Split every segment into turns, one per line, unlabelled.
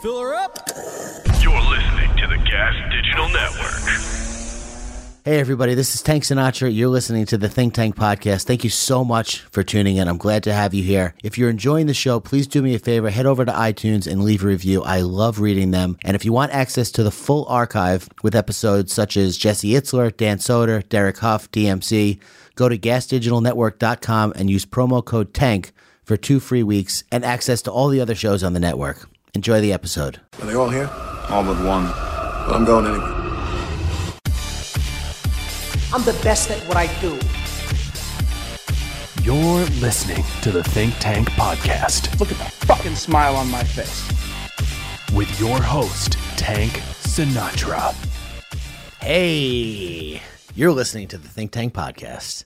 Fill her up.
You're listening to the Gas Digital Network.
Hey, everybody, this is Tank Sinatra. You're listening to the Think Tank Podcast. Thank you so much for tuning in. I'm glad to have you here. If you're enjoying the show, please do me a favor head over to iTunes and leave a review. I love reading them. And if you want access to the full archive with episodes such as Jesse Itzler, Dan Soder, Derek Huff, DMC, go to gasdigitalnetwork.com and use promo code TANK for two free weeks and access to all the other shows on the network. Enjoy the episode.
Are they all here?
All but one.
Well, I'm going anyway.
I'm the best at what I do.
You're listening to the Think Tank Podcast
Look at the fucking smile on my face.
with your host, Tank Sinatra.
Hey, you're listening to the Think Tank Podcast.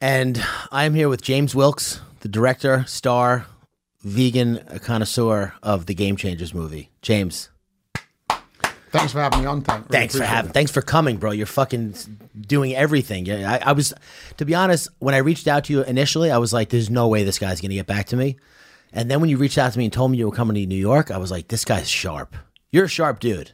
And I'm here with James Wilkes, the director, star, vegan connoisseur of the Game Changers movie. James,
Thanks for having me on, Tank. Really
thanks for
appreciate
having,
it.
thanks for coming, bro. You're fucking doing everything. Yeah, I, I was, to be honest, when I reached out to you initially, I was like, "There's no way this guy's gonna get back to me." And then when you reached out to me and told me you were coming to New York, I was like, "This guy's sharp. You're a sharp dude."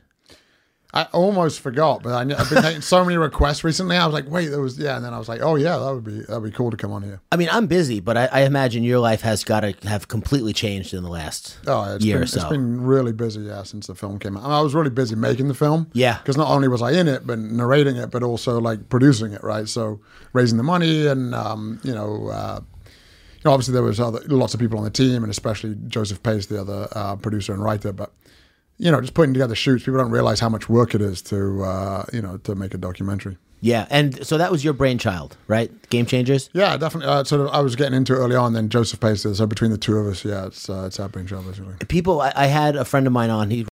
I almost forgot, but I, kn- I've been getting so many requests recently. I was like, wait, there was yeah, and then I was like, oh yeah, that would be that'd be cool to come on here.
I mean, I'm busy, but I, I imagine your life has got to have completely changed in the last
Oh, it's
year
been,
or so.
it's been really busy, yeah, since the film came out. And I was really busy making the film,
Yeah.
because not only was I in it, but narrating it, but also like producing it, right? So raising the money, and um, you know, uh, you know, obviously there was other, lots of people on the team, and especially Joseph Pace, the other uh, producer and writer. But you know, just putting together shoots, people don't realize how much work it is to uh, you know to make a documentary.
yeah, and so that was your brainchild, right? Game changers.
Yeah, definitely. Uh, sort of, I was getting into it early on. Then Joseph Pace did. So between the two of us, yeah, it's uh, it's happening, job basically.
People, I, I had a friend of mine on. He,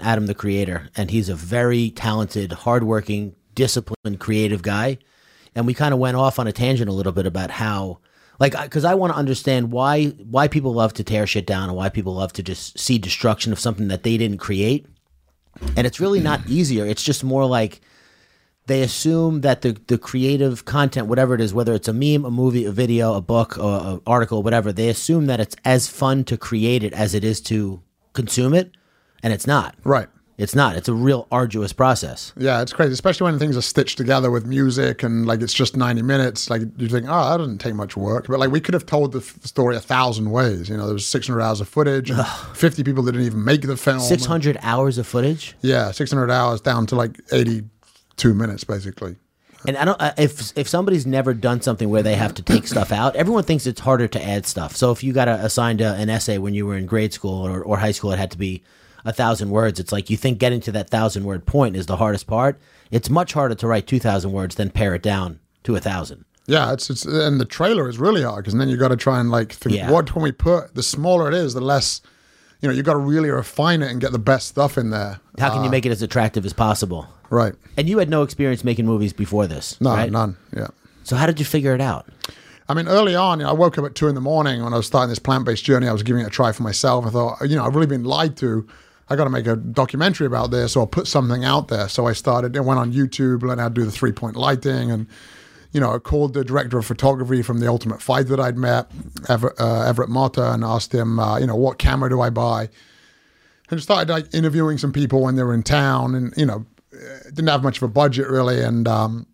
Adam, the creator, and he's a very talented, hardworking, disciplined, creative guy. And we kind of went off on a tangent a little bit about how, like, because I want to understand why why people love to tear shit down and why people love to just see destruction of something that they didn't create. And it's really not easier. It's just more like they assume that the, the creative content, whatever it is, whether it's a meme, a movie, a video, a book, or an article, whatever, they assume that it's as fun to create it as it is to consume it. And it's not.
Right. Oh
It's not. It's a real arduous process.
Yeah, it's crazy, especially when things are stitched together with music and like it's just ninety minutes. Like you think, oh, that doesn't take much work, but like we could have told the f- story a thousand ways. You know, there was six hundred hours of footage, and fifty people that didn't even make the film.
Six hundred hours of footage,
Yeah, six hundred hours down to like eighty-two minutes, basically.
and I don't. I- If if somebody's never done something where they have to take stuff out, everyone thinks it's harder to add stuff. So if you got a, assigned a, an essay when you were in grade school or, or high school, it had to be a thousand words. It's like you think getting to that thousand word point is the hardest part. It's much harder to write two thousand words than pare it down to a thousand.
Yeah, it's it's and the trailer is really hard because then you got to try and like think
Yeah.
what can we put. The smaller it is, the less, you know, you got to really refine it and get the best stuff in there.
How can you make it as attractive as possible?
Right?
And you had no experience making movies before this,
No,
right?
none. Yeah.
So how did you figure it out?
I mean, early on, you know, I woke up at two in the morning when I was starting this plant-based journey. I was giving it a try for myself. I thought, you know, I've really been lied to. I got to make a documentary about this, or put something out there. So I started and went on YouTube, learned how to do the three-point lighting, and you know, I called the director of photography from the Ultimate Fight that I'd met, Everett, uh, Everett Mata, and asked him, uh, you know, what camera do I buy? and started like interviewing some people when they were in town and you know eh, didn't have much of a budget really and um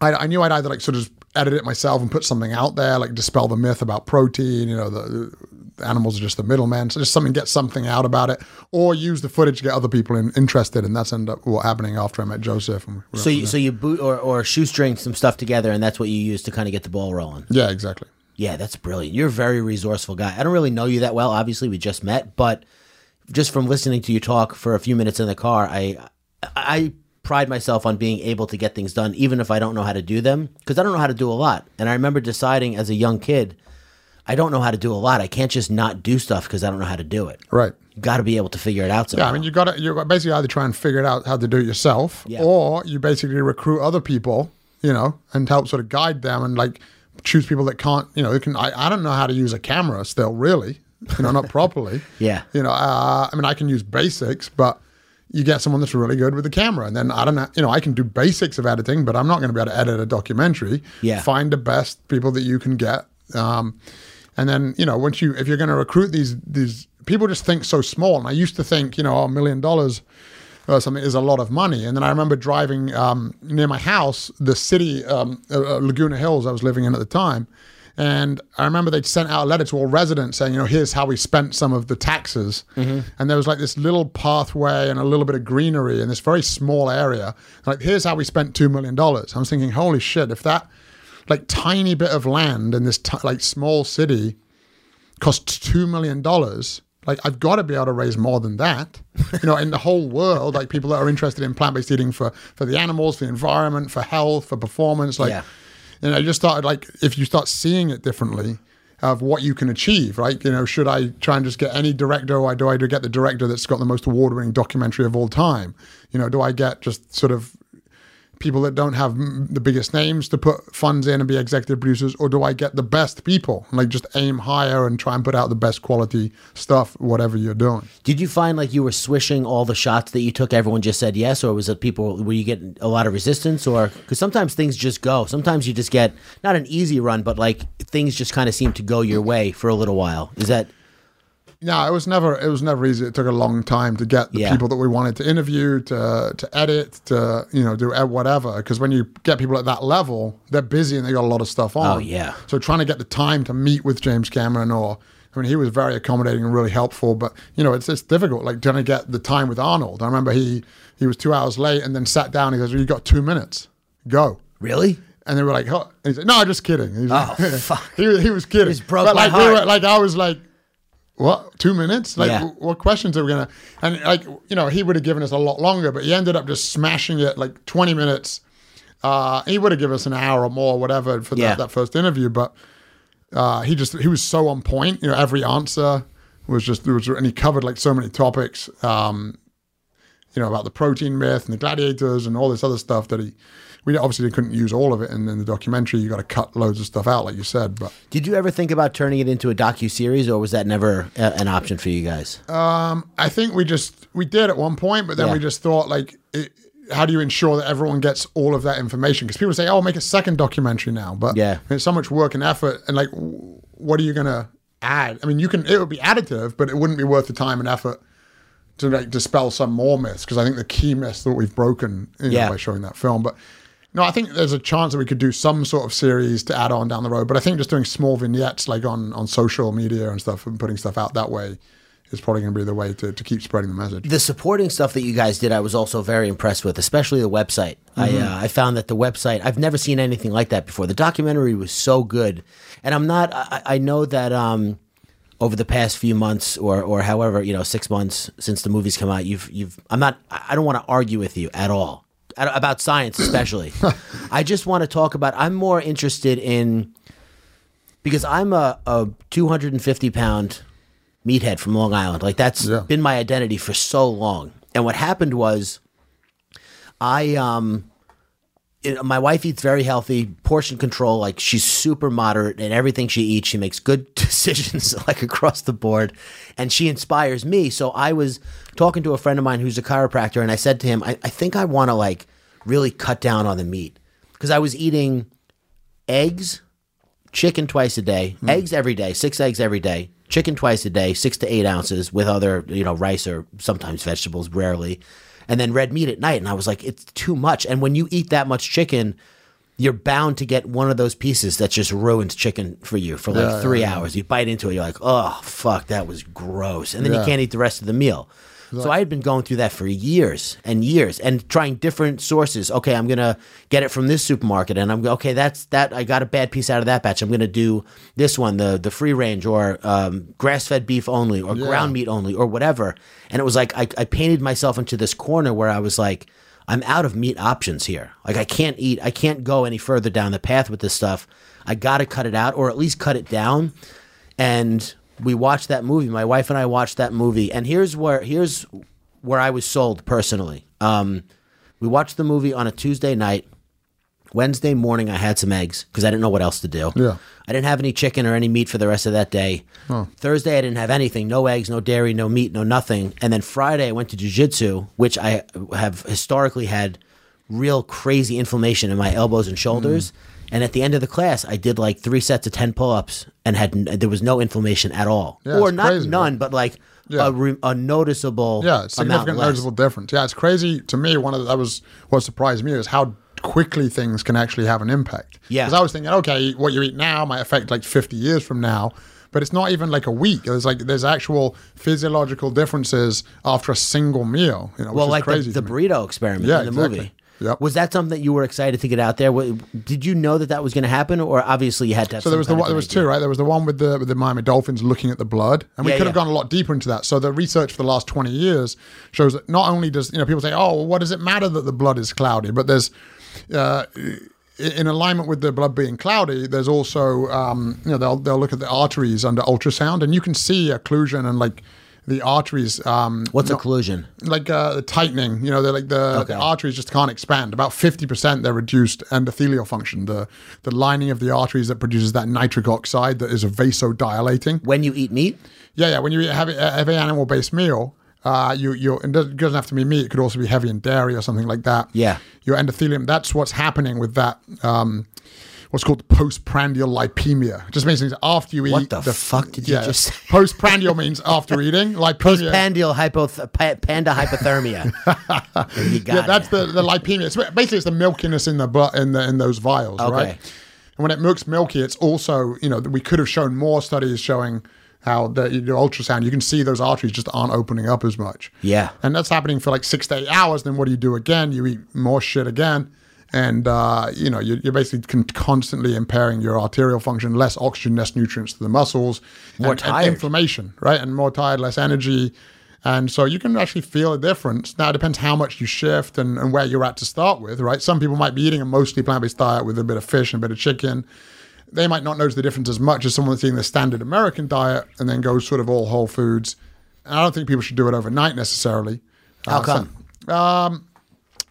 I, I knew I'd either like sort of edit it myself and put something out there like dispel the myth about protein you know the, the animals are just the middleman so just something get something out about it or use the footage to get other people in, interested and that's ended up what happening after I met Joseph and we
So you, so you boot or, or shoestring some stuff together, and that's what you use to kind of get the ball rolling.
yeah exactly
Yeah, that's brilliant. You're a very resourceful guy. I don't really know you that well. Obviously, we just met, but just from listening to you talk for a few minutes in the car, I I pride myself on being able to get things done, even if I don't know how to do them, because I don't know how to do a lot. And I remember deciding as a young kid, I don't know how to do a lot. I can't just not do stuff because I don't know how to do it.
right
You got to be able to figure it out. Somehow.
Yeah, I mean, you got to you gotta basically either try and figure it out how to do it yourself,
Yeah.
or you basically recruit other people, you know, and help sort of guide them and like choose people that can't, you know, who can. I, I don't know how to use a camera still, really, you know, not properly.
Yeah.
you know, uh, I mean, I can use basics, but you get someone that's really good with the camera, and then I don't know, you know, I can do basics of editing, but I'm not going to be able to edit a documentary.
Yeah.
find the best people that you can get. Um, and then you know once you if you're going to recruit these these people just think so small. And I used to think, you know, oh, a million dollars or something is a lot of money. And then I remember driving um, near my house, the city, um, uh, uh, Laguna Hills, I was living in at the time. And I remember they'd sent out a letter to all residents saying, you know, here's how we spent some of the taxes. And there was like this little pathway and a little bit of greenery in this very small area. Like, here's how we spent $2 million. I was thinking, holy shit, if that like tiny bit of land in this t- like small city costs two million dollars. Like I've got to be able to raise more than that, you know, in the whole world. Like people that are interested in plant-based eating for for the animals, for the environment, for health, for performance. Like,
Yeah.
you know, I just started like if you start seeing it differently of what you can achieve, right? You know, should I try and just get any director? Or do I do get the director that's got the most award-winning documentary of all time? You know, do I get just sort of people that don't have mm, the biggest names to put funds in and be executive producers, or do I get the best people? Like just aim higher and try and put out the best quality stuff, whatever you're doing.
Did you find like you were swishing all the shots that you took? Everyone just said yes, or was it people? Were you getting a lot of resistance, or because sometimes things just go. Sometimes you just get not an easy run, but like things just kind of seem to go your way for a little while. Is that
No, it was never it was never easy. It took a long time to get the
Yeah.
people that we wanted to interview, to to edit, to you know do e- whatever. Because when you get people at that level, they're busy and they got a lot of stuff on.
Oh, yeah.
So trying to get the time to meet with James Cameron or. I mean, he was very accommodating and really helpful, but you know, it's it's difficult. Like trying to get the time with Arnold. I remember he he was two hours late and then sat down. He goes, well, "You got two minutes, go."
really?
And they were like, "Huh?" And he's like, "No, I'm just kidding." He's like-
Oh, fuck.
he, was- he was kidding.
Just broke
but
my
like, we
heart.
were- like I was like, "What? Two minutes? Like,
Yeah.
w- what questions are we gonna?" And like, you know, he would have given us a lot longer, but he ended up just smashing it like 20 minutes. Uh, he would have given us an hour or more, whatever, for
Yeah.
that, that first interview. But uh, he just he was so on point. You know, every answer was just there was, and he covered like so many topics. Um, you know, about the protein myth and the gladiators and all this other stuff that he, we obviously couldn't use all of it. And in the documentary, you got to cut loads of stuff out, like you said. But
Did you ever think about turning it into a docu series, or was that never a, an option for you guys?
I think we just, we did at one point, but then
Yeah.
we just thought, like, it, how do you ensure that everyone gets all of that information? Because people say, oh, make a second documentary now. But
Yeah.
it's so much work and effort. And like, w- what are you going to add? I mean, you can, it would be additive, but it wouldn't be worth the time and effort. To like dispel some more myths, because I think the key myths that we've broken you know,
Yeah.
by showing that film. But no, I think there's a chance that we could do some sort of series to add on down the road. But I think just doing small vignettes like on on social media and stuff and putting stuff out that way is probably going to be the way to, to keep spreading the message.
the supporting stuff that you guys did, I was also very impressed with, especially the website. I uh, I found that the website I've never seen anything like that before. The documentary was so good, and I'm not. I, I know that um, over the past few months, or or however you know, six months since the movies come out, you've you've. I'm not. I I don't want to argue with you at all At- about science, especially. I just want to talk about. I'm more interested in because I'm a, a 250 pound meathead from Long Island. Like that's
Yeah.
been my identity for so long. And what happened was, I um, it- my wife eats very healthy, portion control. Like she's super moderate in everything she eats. She makes good decisions like across the board, and she inspires me. So I was talking to a friend of mine who's a chiropractor, and I said to him, I, I think I want to like really cut down on the meat because I was eating eggs chicken twice a day, eggs every day, six eggs every day, chicken twice a day, six to eight ounces with other, you know, rice or sometimes vegetables, rarely, and then red meat at night. And I was like, it's too much. And when you eat that much chicken, you're bound to get one of those pieces that just ruins chicken for you for like three hours. You bite into it, you're like, oh, fuck, that was gross. And then you
Yeah.
can't eat the rest of the meal. So I had been going through that for years and years and trying different sources. Okay, I'm gonna get it from this supermarket, and I'm go- okay. That's that. I got a bad piece out of that batch. I'm gonna do this one, the the free range or um, grass fed beef only or ground meat only or whatever. And it was like I, I painted myself into this corner where I was like, I'm out of meat options here. Like I can't eat. I can't go any further down the path with this stuff. I got to cut it out or at least cut it down and we watched that movie. My wife and I watched that movie, and here's where here's where I was sold personally. Um, we watched the movie on a Tuesday night. Wednesday morning, I had some eggs because I didn't know what else to do.
Yeah.
I didn't have any chicken or any meat for the rest of that day. Thursday, I didn't have anything no eggs, no dairy, no meat, no nothing. And then Friday, I went to jujitsu, which I have historically had real crazy inflammation in my elbows and
Mm.
shoulders. And at the end of the class, I did like three sets of 10 pull ups and had n- there was no inflammation at all.
Yeah,
or
it's
not
crazy,
none,
right?
but like
Yeah.
a, re- a noticeable
Yeah, it's
amount
significant,
less.
noticeable difference. Yeah, it's crazy to me. One of the, that was what surprised me is how quickly things can actually have an impact.
Yeah.
because I was thinking, okay, what you eat now might affect like 50 years from now, but it's not even like a week. There's like there's actual physiological differences after a single meal. You know, which
well,
is
like
crazy
the,
to
the
me.
burrito experiment
Yeah,
in the
exactly.
movie.
Yep.
Was that something that you were excited to get out there? Wa- Did you know that that was going to happen, or obviously you had to? Have
So there was the one, there was two, right? There was the one with the with the Miami Dolphins looking at the blood, and we
Yeah,
could have
yeah.
gone a lot deeper into that. So the research for the last twenty years shows that not only does you know people say, oh, well, what does it matter that the blood is cloudy, but there's uh, in alignment with the blood being cloudy, there's also um, you know they'll they'll look at the arteries under ultrasound, and you can see occlusion and like the arteries um,
What's
not-
a collusion?
like uh, the tightening. You know, they're like the,
Okay.
the arteries just can't expand. About fifty percent they're reduced endothelial function, the the lining of the arteries that produces that nitric oxide that is a vasodilating.
When you eat meat,
Yeah, yeah. When you have a heavy animal based meal, uh, you you it doesn't it doesn't have to be meat. It could also be heavy in dairy or something like that.
Yeah.
your endothelium. That's what's happening with that. Um, What's called postprandial lipemia. It just means things after you eat.
What the fuck did you just say?
Postprandial means after eating. Lipemia.
pandial hypoth- pa- panda hypothermia. And you got
yeah, that's
it.
the, the lipemia. It's basically it's the milkiness in the bu- in the, in those vials,
Okay.
right? And when it looks milky, it's also you know we could have shown more studies showing how the you do ultrasound, you can see those arteries just aren't opening up as much.
Yeah.
and that's happening for like six to eight hours. Then what do you do again? You eat more shit again. And uh, you know you're, you're basically con- constantly impairing your arterial function, less oxygen, less nutrients to the muscles,
More
and, and
tired.
inflammation, right? And more tired, less energy. And so you can actually feel a difference. Now, it depends how much you shift and, and where you're at to start with, right? Some people might be eating a mostly plant based diet with a bit of fish and a bit of chicken. They might not notice the difference as much as someone that's eating the standard American diet and then goes sort of all whole foods. And I don't think people should do it overnight necessarily.
How
Uh, so-
come?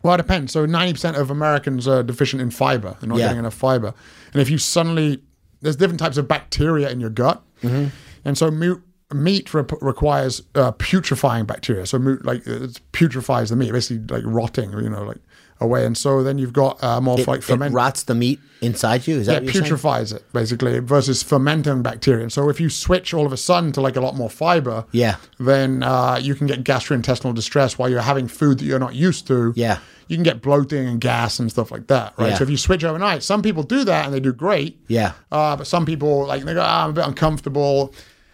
well, it depends. So, ninety percent of Americans are deficient in fiber. They're not
Yeah.
getting enough fiber. And if you suddenly, there's different types of bacteria in your gut,
Mm-hmm.
and so meat, meat rep- requires uh, putrefying bacteria. So, meat, like it putrefies the meat, basically like rotting, you know, like away. And so then you've got uh, more
It,
like
it
ferment.
rots the meat inside you. Is
Yeah,
that
it
what you're saying?
putrefies it basically versus fermenting bacteria. And so if you switch all of a sudden to like a lot more fiber,
Yeah.
then uh, you can get gastrointestinal distress while you're having food that you're not used to.
Yeah.
you can get bloating and gas and stuff like that, right?
Yeah.
So if you switch overnight, some people do that and they do great.
Yeah.
uh, but some people like they go, ah, I'm a bit uncomfortable.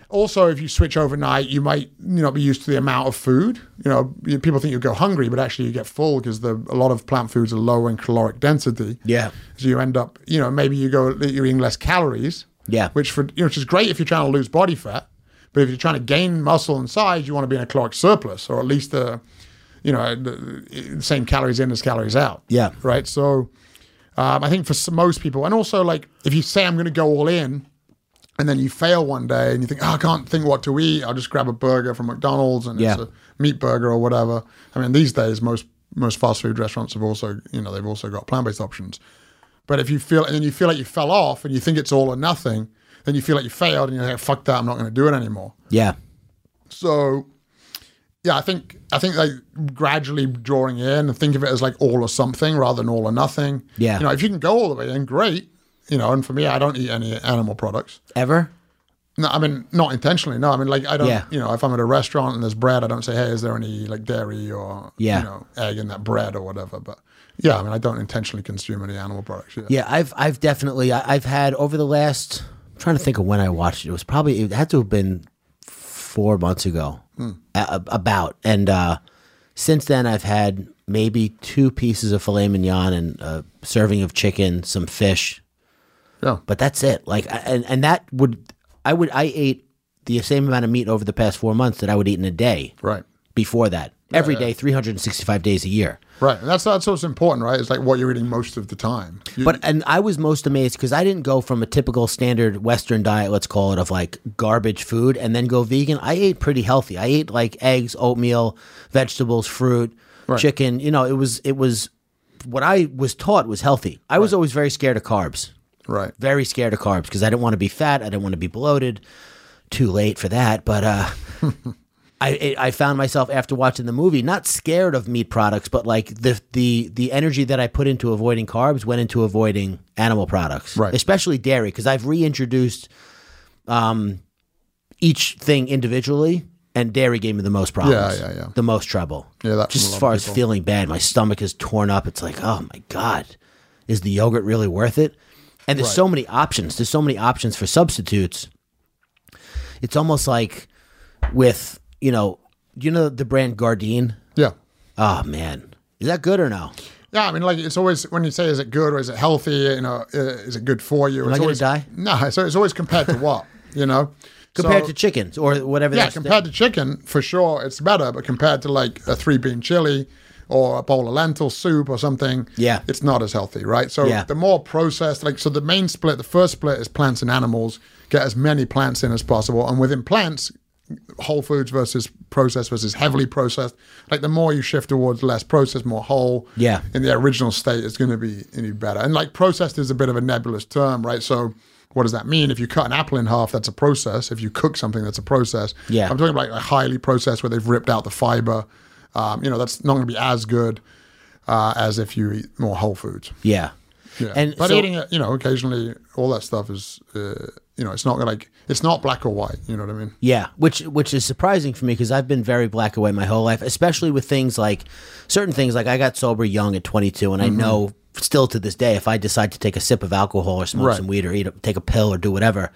Also, if you switch overnight, you might you know be used to the amount of food. You know, you- people think you go hungry, but actually you get full because the a lot of plant foods are low in caloric density.
Yeah.
So you end up, you know, maybe you go you're eating less calories.
Yeah.
Which for you know, which is great if you're trying to lose body fat, but if you're trying to gain muscle and size, you want to be in a caloric surplus or at least the, you know, the the same calories in as calories out.
Yeah.
Right. So, um, I think for s- most people, and also like if you say I'm going to go all in, and then you fail one day and you think, oh, I can't think what to eat. I'll just grab a burger from McDonald's and
Yeah.
it's a meat burger or whatever. I mean, these days most most fast food restaurants have also you know they've also got plant based options. But if you feel and then you feel like you fell off and you think it's all or nothing, then you feel like you failed and you're like, fuck that, I'm not going to do it anymore.
Yeah.
So yeah, I think I think like gradually drawing in and think of it as like all or something rather than all or nothing.
Yeah.
You know, if you can go all the way in, great. You know, and for me, I don't eat any animal products.
Ever?
No, I mean not intentionally. No, I mean like I don't.
Yeah.
You know, if I'm at a restaurant and there's bread, I don't say, "Hey, is there any like dairy or
Yeah.
you know egg in that bread or whatever?" But yeah, I mean I don't intentionally consume any animal products. Yeah.
Yeah, I've I've definitely I, I've had over the last. I'm trying to think of when I watched it. It was probably it had to have been four months ago, a- a- about. And uh, since then, I've had maybe two pieces of filet mignon and a serving of chicken, some fish,
Yeah.
but that's it. Like, I- and and that would I would I ate the same amount of meat over the past four months that I would eat in a day
Right.
before that. Every day, 365 days a year.
Right. And that's that's what's important, right? It's like what you're eating most of the time. You-
But and I was most amazed because I didn't go from a typical standard Western diet, let's call it, of like garbage food, and then go vegan. I ate pretty healthy. I ate like eggs, oatmeal, vegetables, fruit, chicken. You know, it was it was what I was taught was healthy. I was always very scared of carbs,
right.
very scared of carbs because I didn't want to be fat. I didn't want to be bloated. Too late for that, but uh, I I found myself after watching the movie not scared of meat products, but like the the the energy that I put into avoiding carbs went into avoiding animal products,
Right.
Especially dairy because I've reintroduced um each thing individually and dairy gave me the most problems.
Yeah, yeah, yeah.
The most trouble.
Yeah, that
just as
from a lot
far
of
as
people.
feeling bad, my stomach is torn up. It's like, oh my god, is the yogurt really worth it? And there's so many options. There's so many options for substitutes. It's almost like with you know, you know the brand Gardein.
Yeah.
Oh man, is that good or no?
Yeah, I mean, like it's always when you say, "Is it good or is it healthy?" You know, uh, is it good for you? Am
I gonna
always,
die?
No, so it's always compared to what you know.
Compared
So-
to chickens or whatever.
yeah,
that's-
compared to chicken for sure, it's better. But compared to like a three bean chili or a bowl of lentil soup or something,
Yeah.
it's not as healthy, right? So
Yeah.
the more processed, like so, the main split, the first split is plants and animals. Get as many plants in as possible, and within plants, whole foods versus processed versus heavily processed. Like the more you shift towards less processed, more whole.
Yeah.
In the original state, it's going to be any better. And like processed is a bit of a nebulous term, right? So what does that mean? If you cut an apple in half, that's a process. If you cook something, that's a process.
Yeah.
I'm talking about like a highly processed where they've ripped out the fiber. Um, you know, that's not going to be as good uh, as if you eat more whole foods.
yeah.
Yeah.
And
but
so-
eating it, you know, occasionally, all that stuff is, uh, you know, it's not like it's not black or white. You know what I mean?
Yeah, which which is surprising for me because I've been very black and white my whole life, especially with things like certain things. Like I got sober young at 22,
Mm-hmm.
and I know still to this day if I decide to take a sip of alcohol or smoke
Right.
some weed or eat a, take a pill or do whatever,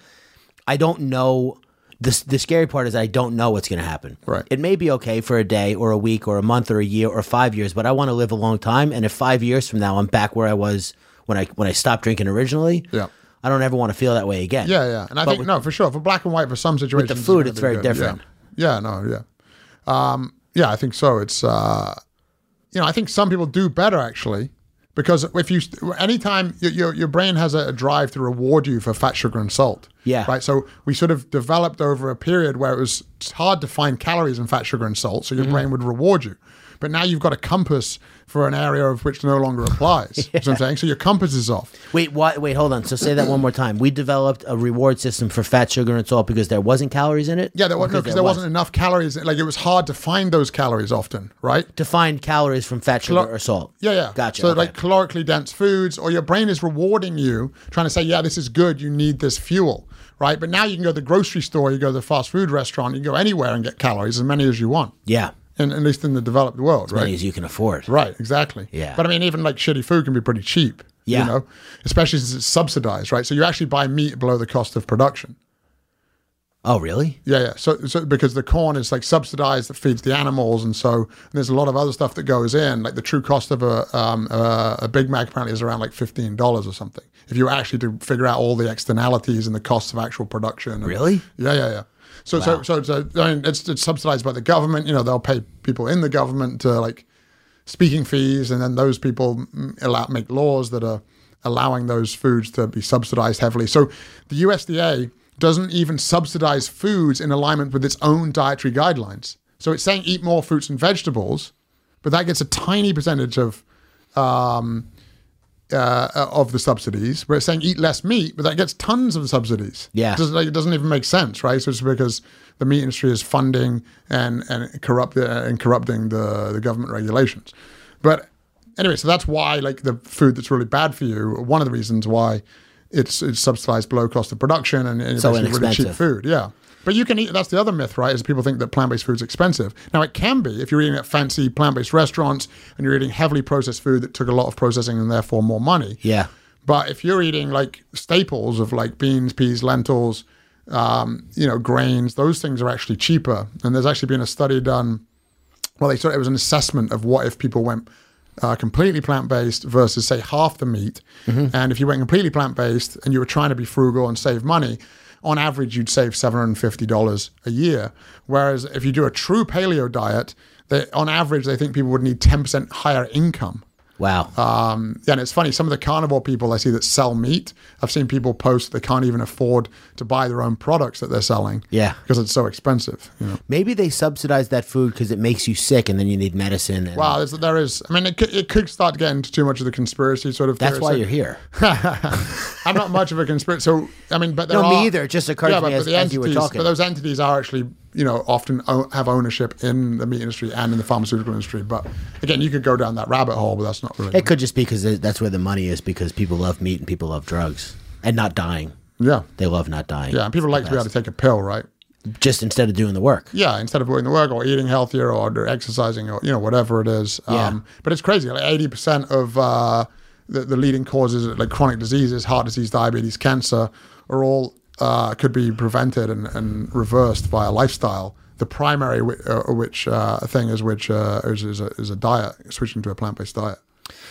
I don't know. The, the scary part is I don't know what's going to happen.
Right.
It may be okay for a day or a week or a month or a year or five years, but I want to live a long time. And if five years from now I'm back where I was when I when I stopped drinking originally,
Yeah.
I don't ever want to feel that way again.
Yeah, yeah. And I think no, for sure. For black and white, for some situations,
food,
gonna
it's
be
very
good.
different.
Yeah. yeah, no, yeah, um, yeah. I think so. It's uh, you know, I think some people do better actually because if you anytime your your, your brain has a, a drive to reward you for fat, sugar, and salt.
Yeah.
Right. So we sort of developed over a period where it was hard to find calories in fat, sugar, and salt, so your
Mm-hmm.
brain would reward you. But now you've got a compass for an area of which no longer applies. You know what I'm saying? So your compass is off.
Wait, why, wait, hold on. So say that one more time. We developed a reward system for fat, sugar, and salt because there wasn't calories in it.
Yeah, there
Or
was no because there wasn't enough calories. Like it was hard to find those calories often, right?
to find calories from fat, sugar,
Calor-
or salt.
Yeah, yeah.
Gotcha.
So
okay.
like calorically dense foods, or your brain is rewarding you, trying to say, yeah, this is good. You need this fuel, right? But now you can go to the grocery store, you go to the fast food restaurant, you can go anywhere and get calories as many as you want.
yeah,
And at least in the developed world,
as
right?
many as you can afford.
Right, exactly.
Yeah.
But I mean, even like shitty food can be pretty cheap.
Yeah.
You know, especially since it's subsidized, right? So you actually buy meat below the cost of production.
Oh, really?
Yeah, yeah. So, so because the corn is like subsidized that feeds the animals, and so and there's a lot of other stuff that goes in. Like the true cost of a um, a, a Big Mac apparently is around like fifteen dollars or something. If you actually to figure out all the externalities and the costs of actual production. and-
Really?
Yeah, yeah, yeah. So, so, so, so I mean, it's it's subsidized by the government. You know, they'll pay people in the government to like speaking fees, and then those people mm, allow make laws that are allowing those foods to be subsidized heavily. So the USDA doesn't even subsidize foods in alignment with its own dietary guidelines. So it's saying eat more fruits and vegetables, but that gets a tiny percentage of um, uh, uh, of the subsidies. We're saying eat less meat, but that gets tons of subsidies.
Yeah.
It doesn't, like, it doesn't even make sense, right? So it's because the meat industry is funding and and corrupt uh, and corrupting the the government regulations. But anyway, so that's why like the food that's really bad for you. One of the reasons why it's it's subsidized below cost of production and, and
So
basically really cheap
inexpensive.
food. Yeah. But you can eat. That's the other myth, right? Is people think that plant-based food's expensive. Now it can be if you're eating at fancy plant-based restaurants and you're eating heavily processed food that took a lot of processing and therefore more money.
Yeah.
But if you're eating like staples of like beans, peas, lentils, um, you know, grains, those things are actually cheaper. And there's actually been a study done. Well, they sort of, it was an assessment of what if people went uh, completely plant based versus say half the meat, and if you went completely plant based and you were trying to be frugal and save money. On average, you'd save seven hundred and fifty dollars a year. Whereas if you do a true paleo diet, they, on average, they think people would need ten percent higher income
Wow.
um, and it's funny, some of the carnivore people I see that sell meat, I've seen people post they can't even afford to buy their own products that they're selling.
Yeah.
Because it's so expensive. You know?
Maybe they subsidize that food because it makes you sick, and then you need medicine. And
Wow, there's, there is. I mean, it could, it could start getting into too much of the conspiracy sort of
that's
theory.
why
So-
you're here.
I'm not much of a conspiracy. So, I mean, but there
No, me
are-
either. It just occurred to me as-
the
as you were
entities-
talking.
But those entities are actually, you know, often o- have ownership in the meat industry and in the pharmaceutical industry. But again, you could go down that rabbit hole, but that's not really.
It could just be because that's where the money is because people love meat and people love drugs and not dying.
yeah.
They love not dying.
Yeah. And people like to be able to take a pill, right?
just instead of doing the work.
Yeah, instead of doing the work or eating healthier or do- exercising or you know whatever it is. um,
Yeah.
but it's crazy. Like eighty percent of uh, the, the leading causes like chronic diseases, heart disease, diabetes, cancer, are all uh, could be prevented and, and reversed by a lifestyle. The primary wi- uh, which uh, thing is which uh, is, is, a, is a diet switching to a plant based diet.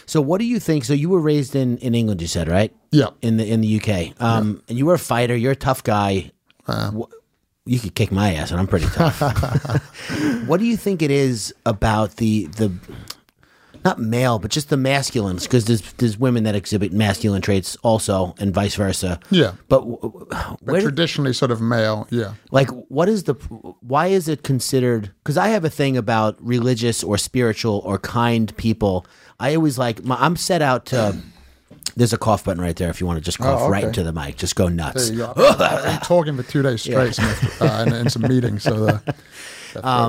So what do you think? So you were raised in, in England, you said, right?
Yeah.
In the in the UK, um, and you were a fighter. You're a tough guy.
Uh-huh.
Wh- you could kick my ass, and I'm pretty tough. what do you think it is about the the not male, but just the masculines? Because there's there's women that exhibit masculine traits also, and vice versa.
Yeah.
But w- w- where did-
Traditionally, sort of male. Yeah.
like what is the why is it considered because i have a thing about religious or spiritual or kind people i always like my, i'm set out to there's a cough button right there if you want to just cough
Oh,
right
okay.
into the mic just go nuts
There you go. I've been talking for two days straight uh, in, in some meetings, so uh,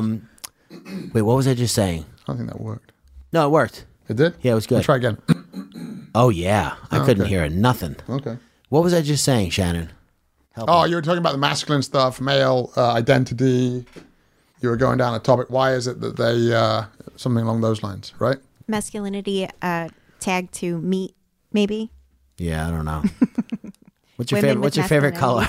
wait what was i just saying
I don't think that worked.
no it worked
It did?
Yeah, it was good.
I'll try again.
oh yeah i couldn't
okay.
hear it, nothing
okay.
what was i just saying shannon
Oh, you were talking about the masculine stuff, male uh, identity. You were going down a topic. Why is it that they, uh, something along those lines, right?
Masculinity uh, tagged to meat, maybe.
yeah i don't know what's your
Women
favorite
with
what's your favorite color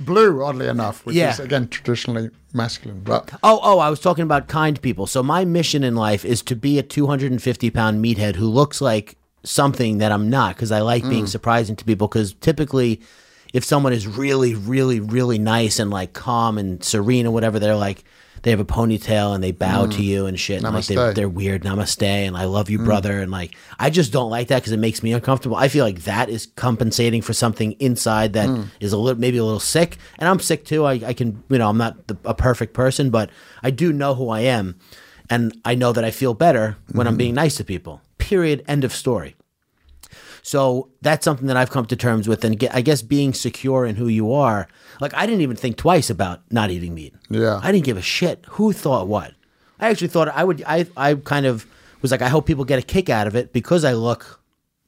Blue, oddly enough, which
Yeah.
is, again, traditionally masculine. But
Oh, oh, I was talking about kind people. So my mission in life is to be a 250 pound meathead who looks like something that I'm not because I like being surprising to people. Because typically, if someone is really, really, really nice and like calm and serene or whatever, they're like, they have a ponytail and they bow to you and shit. And like they,
Namaste.
they're weird, namaste, and I love you, brother. And like, I just don't like that because it makes me uncomfortable. I feel like that is compensating for something inside that is a little, maybe a little sick. And I'm sick too. I, I can, you know, I'm not the, a perfect person, but I do know who I am. And I know that I feel better when I'm being nice to people. Period. End of story. So that's something that I've come to terms with. And ge- I guess being secure in who you are, like I didn't even think twice about not eating meat.
Yeah.
I didn't give a shit who thought what. I actually thought I would, I, I kind of was like, I hope people get a kick out of it because I look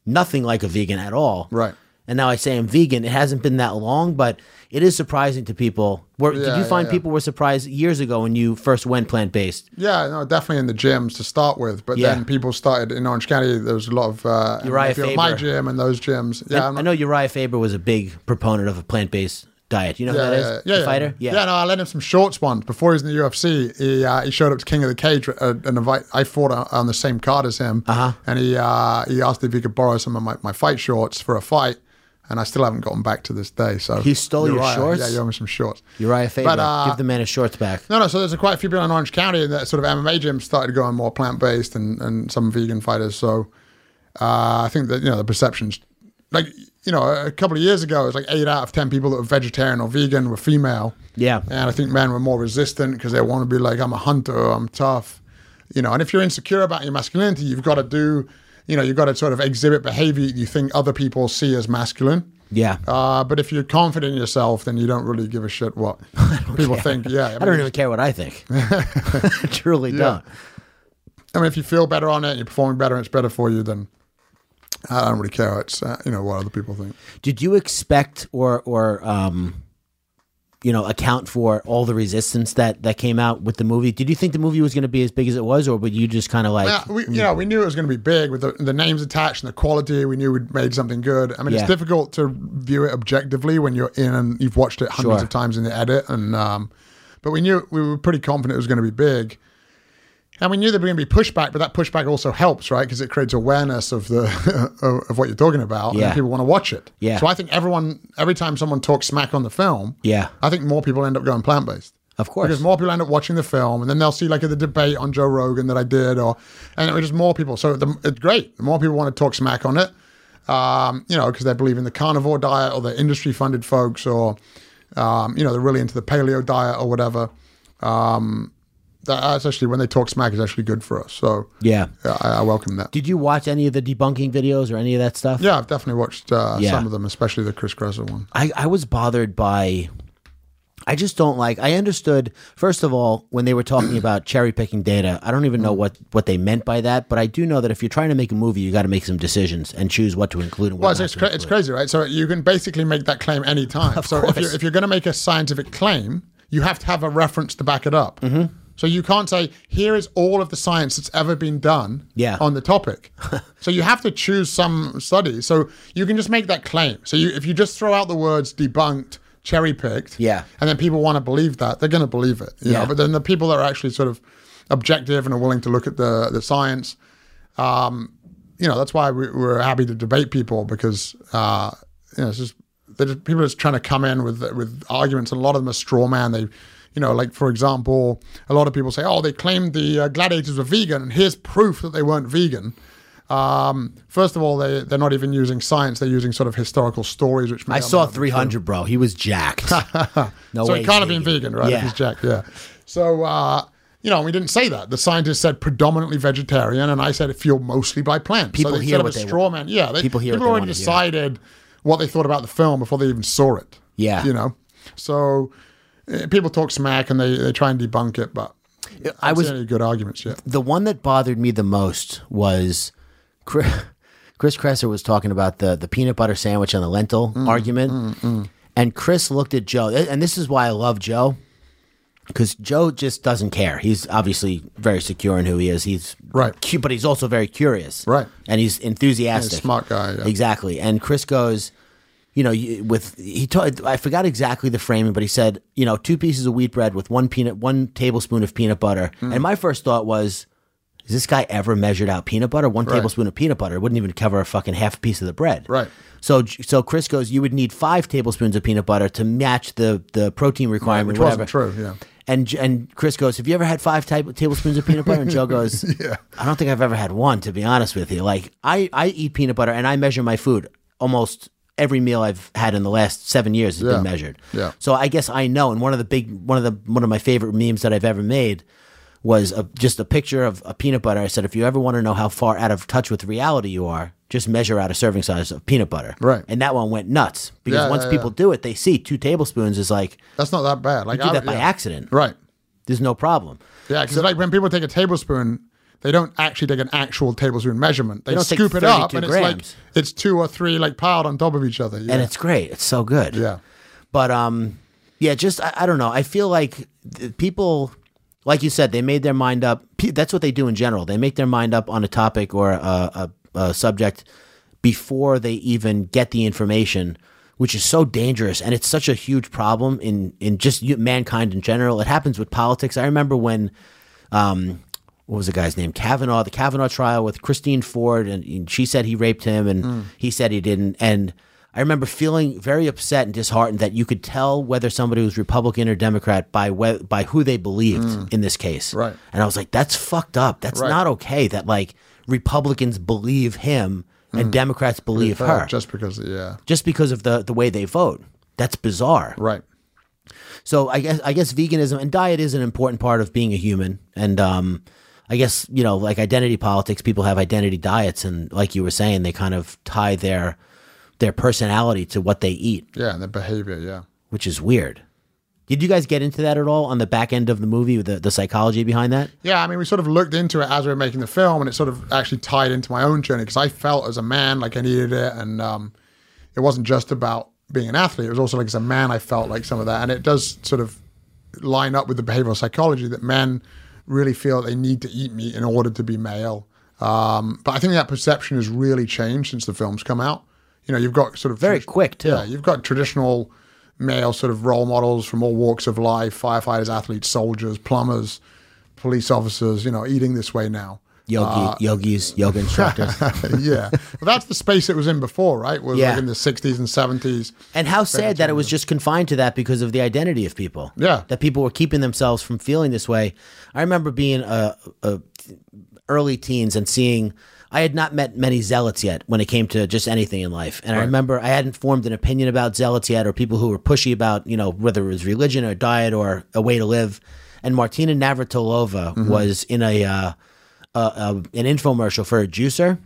nothing like a vegan at all.
Right.
And now I say I'm vegan. It hasn't been that long, but it is surprising to people. Were, did
Yeah,
you
yeah,
find
yeah.
people were surprised years ago when you first went plant based?
yeah, no, definitely in the gyms to start with. But
Yeah.
then people started in Orange County, there was a lot of uh,
Uriah
people at my
Faber.
gym and those gyms. Yeah, I'm
I know Uriah Faber was a big proponent of a plant based diet. You know who that is?
yeah,
the fighter?
Yeah. no, I lent him some shorts once before he was in the UFC. He uh, he showed up to King of the Cage, uh, and invite, I fought on- on the same card as him. Uh-huh. And he uh, he asked if he could borrow some of my, my fight shorts for a fight, and I still haven't gotten back to this day. So
He stole your
Uriah,
shorts?
Yeah, you owe me some shorts.
Uriah Faber.
But, uh,
Give the man his shorts back.
No, no. So there's quite a few people in Orange County that sort of MMA gyms started going more plant based and, and some vegan fighters. So uh, I think that you know the perceptions, like you know, a couple of years ago, it was like eight out of ten people that were vegetarian or vegan were female.
Yeah.
and I think men were more resistant because they want to be like, I'm a hunter, I'm tough, you know. And if you're insecure about your masculinity, you've got to do, you know, you've got to sort of exhibit behavior you think other people see as masculine.
Yeah.
Uh, but if you're confident in yourself, then you don't really give a shit what people think. Yeah,
I don't even care what I think. I truly don't.
I mean, if you feel better on it, you're performing better, and it's better for you, then I don't really care. It's uh, you know what other people think.
Did you expect or or um you know account for all the resistance that that came out with the movie? Did you think the movie was going to be as big as it was or were you just kind of like mm.
Yeah, we you know we knew it was going to be big with the, the names attached and the quality. We knew we'd made something good. I mean,
Yeah.
it's difficult to view it objectively when you're in and you've watched it hundreds
Sure.
of times in the edit. And um, but we knew we were pretty confident it was going to be big. And we knew there were going to be pushback, but that pushback also helps, right? Because it creates awareness of the of- of what you're talking about,
Yeah.
and people want to watch it.
Yeah.
So I think everyone, every time someone talks smack on the film,
Yeah.
I think more people end up going plant based.
Of course.
Because more people end up watching the film, and then they'll see like the debate on Joe Rogan that I did, or and it was just more people. So the, it's great. The more people want to talk smack on it, um, you know, because they believe in the carnivore diet or the industry funded folks, or um, you know, they're really into the paleo diet or whatever. Um, that, that's actually when they talk smack is actually good for us. So
Yeah.
I, I welcome that.
Did you watch any of the debunking videos or any of that stuff?
Yeah, I've definitely watched uh,
Yeah.
some of them, especially the Chris Kresser one.
I, I was bothered by I just don't like. I understood first of all when they were talking about cherry picking data. I don't even
Mm.
know what what they meant by that, but I do know that if you're trying to make a movie, you got to make some decisions and choose what to include and what
Well, it's,
not
it's,
to
cra-
include.
it's crazy, right? So you can basically make that claim anytime. so if you're,
course.
if you're going to make a scientific claim, you have to have a reference to back it up.
Mm-hmm.
So you can't say, here is all of the science that's ever been done
Yeah.
on the topic. so you have to choose some study. So you can just make that claim. So you, if you just throw out the words debunked, cherry picked,
Yeah.
and then people want to believe that, they're going to believe it. You
Yeah.
Know? But then the people that are actually sort of objective and are willing to look at the, the science, you know that's why we, we're happy to debate people because uh, you know it's just, they're just people are just trying to come in with with arguments and a lot of them are straw man they you know like for example a lot of people say oh they claimed the uh, gladiators were vegan and here's proof that they weren't vegan um, first of all they they're not even using science they're using sort of historical stories which may
I
or may
saw
not be true.
300, bro. He was jacked. no
so
way.
he can't have
he's
been vegan, right?
Yeah.
If he's Jack, yeah. So uh, you know, we didn't say that. The scientist said predominantly vegetarian, and I said it fueled mostly by plants.
People
so they
hear
set up
what
a
they wa-
straw man. Yeah, they,
people hear what they
already
wanna hear.
decided what they thought about the film before they even saw it.
Yeah.
you know. So eh, people talk smack and they, they try and debunk it, but I,
I
haven't
was-
seen any good arguments yet.
the one that bothered me the most was Chris, Chris Kresser was talking about the the peanut butter sandwich and the lentil
Mm,
argument, and Chris looked at Joe, and this is why I love Joe. Because Joe just doesn't care. He's obviously very secure in who he is. He's
Right.
cu- but he's also very curious,
Right.
And he's enthusiastic,
smart guy, yeah.
exactly. And Chris goes, you know, you- with he told I forgot exactly the framing, but he said, you know, two pieces of wheat bread with one peanut, one tablespoon of peanut butter.
Hmm.
And my first thought was, has this guy ever measured out peanut butter? One tablespoon of peanut butter wouldn't even cover a fucking half piece of the bread.
Right.
So, so Chris goes, you would need five tablespoons of peanut butter to match the the protein requirement.
which
whatever.
wasn't true, yeah.
And and Chris goes, have you ever had five type, tablespoons of peanut butter? And Joe goes, yeah. I don't think I've ever had one, to be honest with you. Like I I eat peanut butter and I measure my food almost. Every meal I've had in the last seven years has
Yeah.
been measured.
Yeah.
So I guess I know. And one of the big, one of the one of my favorite memes that I've ever made was a, just a picture of a peanut butter. I said, if you ever want to know how far out of touch with reality you are, just measure out a serving size of peanut butter.
Right.
And that one went nuts because
Yeah,
once
yeah,
people
yeah.
do it, they see two tablespoons is like,
That's not that bad. Like
you did that by
yeah.
accident.
right?
There's no problem.
Yeah, because like when people take a tablespoon, they don't actually take an actual tablespoon measurement. They,
don't take
scoop it up,
32
and it's
grams.
like it's two or three like piled on top of each other. Yeah.
And it's great. It's so good.
yeah,
But um, yeah, just I, I don't know. I feel like th- people, like you said, they made their mind up. P- that's what they do in general. They make their mind up on a topic or a, a, a subject before they even get the information, which is so dangerous, and it's such a huge problem in in just you- mankind in general. It happens with politics. I remember when. Um, what was the guy's name? Kavanaugh, the Kavanaugh trial with Christine Ford, and, and she said he raped him, and
Mm.
he said he didn't. And I remember feeling very upset and disheartened that you could tell whether somebody was Republican or Democrat by we- by who they believed in this case.
Mm. Right.
And I was like, that's fucked up. That's
Right.
not okay. That like Republicans believe him and Democrats believe
Uh,
her just-,
Mm. just because. Yeah,
because of the the way they vote. That's bizarre.
right.
So I guess I guess veganism and diet is an important part of being a human, and um, I guess you know like identity politics, people have identity diets, and like you were saying, they kind of tie their their personality to what they eat,
Yeah, and the behavior. Yeah,
which is weird. Did you guys get into that at all on the back end of the movie, the the psychology behind that?
yeah. I mean, we sort of looked into it as we were making the film, and it sort of actually tied into my own journey because I felt as a man like I needed it, and um, it wasn't just about being an athlete. It was also like as a man, I felt like some of that, and it does sort of line up with the behavioral psychology that men really feel they need to eat meat in order to be male. Um, but I think that perception has really changed since the film's come out. You know, you've got sort of
Very quick, too.
Yeah, you've got traditional male sort of role models from all walks of life: firefighters, athletes, soldiers, plumbers, police officers. You know, eating this way now.
Yogi, yogis, yoga instructors,
yeah, well, that's the space it was in before, right? Was
Yeah.
like in the '60s and '70s.
and how sad that it was just confined to that because of the identity of people.
Yeah.
that people were keeping themselves from feeling this way. I remember being a, a early teens and seeing I had not met many zealots yet when it came to just anything in life. And I remember I hadn't formed an opinion about zealots yet or people who were pushy about, you know, whether it was religion or diet or a way to live. And Martina Navratilova was in a, uh, a, a an infomercial for a juicer.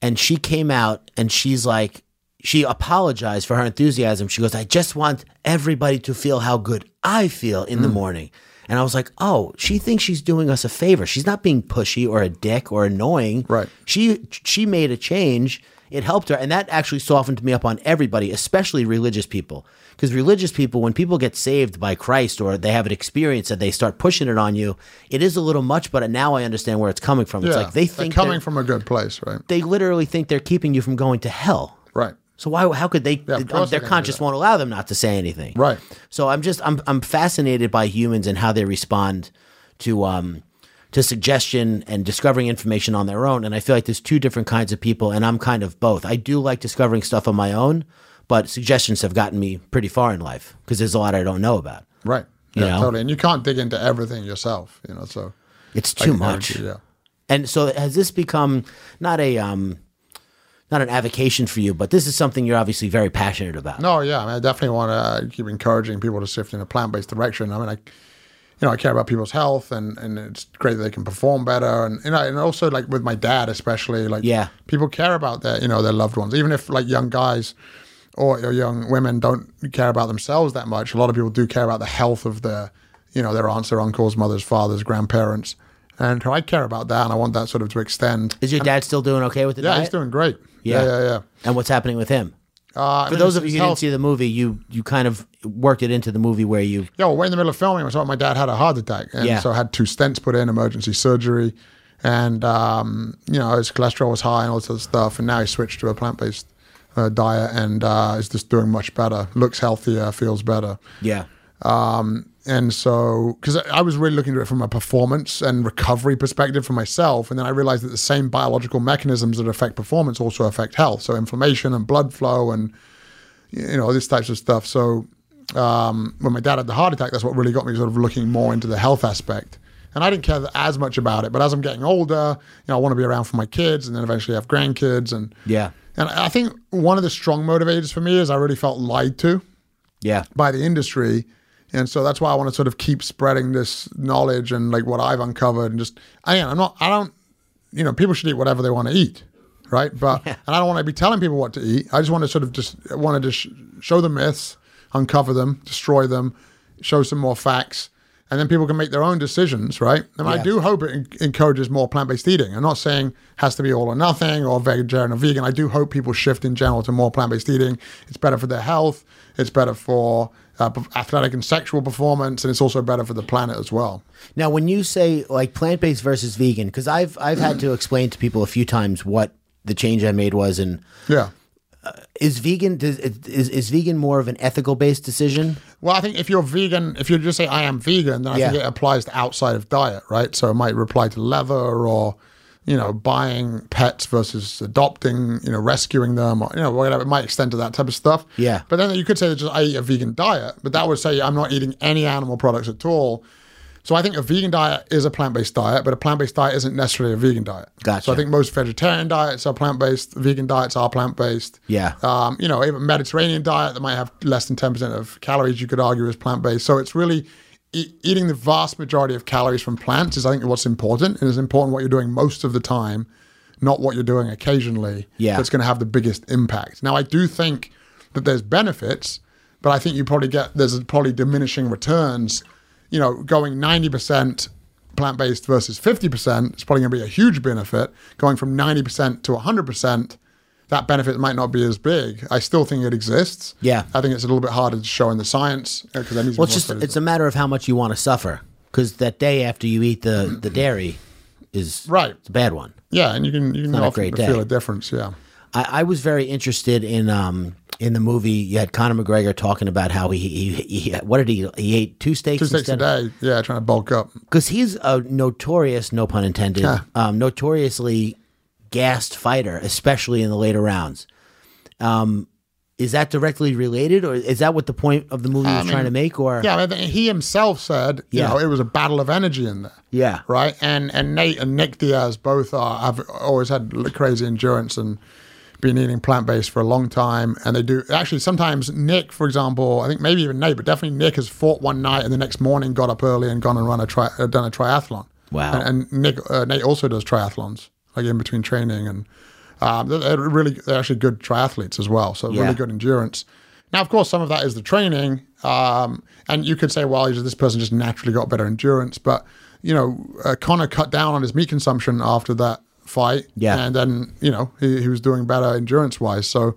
And she came out and she's like she apologized for her enthusiasm. She goes, I just want everybody to feel how good I feel in the morning. And I was like, oh, she thinks she's doing us a favor. She's not being pushy or a dick or annoying.
Right.
She she made a change. It helped her, and that actually softened me up on everybody, especially religious people. Because religious people, when people get saved by Christ or they have an experience and they start pushing it on you, it is a little much. But now I understand where it's coming from. It's like they
they're
think
coming
they're-
from a good place, right?
they literally think they're keeping you from going to hell.
Right.
So why? How could they? um,
Yeah, of course
their
they're gonna do
conscience
that.
won't allow them not to say anything.
Right.
So I'm just I'm I'm fascinated by humans and how they respond to um to suggestion and discovering information on their own. And I feel like there's two different kinds of people, and I'm kind of both. I do like discovering stuff on my own, but suggestions have gotten me pretty far in life because there's a lot I don't know about.
Right.
You
Yeah,
know?
totally. And you can't dig into everything yourself, you know. So
It's
I
too
can
much.
guarantee, Yeah.
And so has this become not a um not an avocation for you, but this is something you're obviously very passionate about.
No, yeah, I, mean, I definitely want to uh, keep encouraging people to shift in a plant-based direction. I mean, I, you know, I care about people's health, and, and it's great that they can perform better, and you know, and also like with my dad, especially like
Yeah.
people care about their you know their loved ones, even if like young guys or or young women don't care about themselves that much. A lot of people do care about the health of their you know their aunts, their uncles, mothers, fathers, grandparents, and so I care about that, and I want that sort of to extend.
Is your dad still doing okay with it?
Yeah, he's doing great.
Yeah.
yeah, yeah. yeah.
And what's happening with him?
Uh, I
For
mean,
those
his-
of you
his
who didn't
health-
see the movie, you you kind of worked it into the movie where you
Yeah, well, we're in the middle of filming. I saw my dad had a heart attack, and
Yeah.
so I had two stents put in, emergency surgery, and um, you know his cholesterol was high and all this other stuff. And now he switched to a plant based uh, diet and uh, is just doing much better. Looks healthier, feels better.
yeah
And so, because I I was really looking at it from a performance and recovery perspective for myself, and then I realized that the same biological mechanisms that affect performance also affect health. So inflammation and blood flow and you know all these types of stuff. So um, when my dad had the heart attack, that's what really got me sort of looking more into the health aspect. And I didn't care as much about it, but as I'm getting older, you know, I want to be around for my kids, and then eventually have grandkids, and
yeah
And I think one of the strong motivators for me is I really felt lied to
yeah
by the industry. And so that's why I want to sort of keep spreading this knowledge and like what I've uncovered and just I am not I don't you know people should eat whatever they want to eat, right? But and I don't want to be telling people what to eat. I just want to sort of just want to just sh- show the myths, uncover them, destroy them, show some more facts, and then people can make their own decisions, right? And I
Yeah.
do hope it en- encourages more plant-based eating. I'm not saying it has to be all or nothing or vegetarian or vegan. I do hope people shift in general to more plant-based eating. It's better for their health. It's better for uh, p- athletic and sexual performance, and it's also better for the planet as well.
Now, when you say like plant based versus vegan, because I've I've had to explain to people a few times what the change I made was, and
Yeah.
is vegan does, is is vegan more of an ethical based decision?
Well, I think if you're vegan, if you just say I am vegan, then I
Yeah.
think it applies to outside of diet, right? So it might apply to leather or, you know, buying pets versus adopting, you know, rescuing them or you know whatever. It might extend to that type of stuff.
Yeah.
But then you could say that just I eat a vegan diet, but that would say I'm not eating any animal products at all. So I think a vegan diet is a plant-based diet, but a plant-based diet isn't necessarily a vegan diet.
Gotcha.
So I think most vegetarian diets are plant-based, vegan diets are plant-based.
Yeah.
Um, you know, even Mediterranean diet that might have less than 10% of calories, you could argue is plant-based. So it's really e- eating the vast majority of calories from plants is I think what's important. And it's important what you're doing most of the time, not what you're doing occasionally.
Yeah.
That's going to have the biggest impact. Now I do think that there's benefits, but I think you probably get there's probably diminishing returns. You know, going 90% plant-based versus 50% is probably going to be a huge benefit. Going from 90% to 100%, that benefit might not be as big. I still think it exists.
Yeah.
I think it's a little bit harder to show in the science because that needs
Well,
more
it's just
studies
it's a matter of how much you want to suffer, because that day after you eat the the dairy is
Right.
it's a bad one.
Yeah, and you can you can
not a
often
great day.
feel a difference. Yeah,
I, I was very interested in um in the movie. You had Conor McGregor talking about how he he, he what did he he ate two steaks
two steaks a
instead of-
day. Yeah, trying to bulk up.
because he's a notorious, no pun intended,
Yeah.
um, notoriously gassed fighter, especially in the later rounds. Um, is that directly related, or is that what the point of the movie was trying to make? Or
Yeah, I think he himself said,
Yeah.
you know, it was a battle of energy in there.
Yeah.
Right? And and Nate and Nick Diaz both are have always had l- crazy endurance and been eating plant based for a long time. And they do actually sometimes Nick, for example, I think maybe even Nate, but definitely Nick has fought one night and the next morning got up early and gone and run a tri- uh, done a triathlon.
Wow.
And, and Nick uh, Nate also does triathlons, like in between training and Um, they're, they're really, they're actually good triathletes as well. So
Yeah.
really good endurance. Now, of course, some of that is the training, um, and you could say, well, you- this person just naturally got better endurance. But you know, uh, Connor cut down on his meat consumption after that fight,
Yeah.
and then you know he, he was doing better endurance wise. So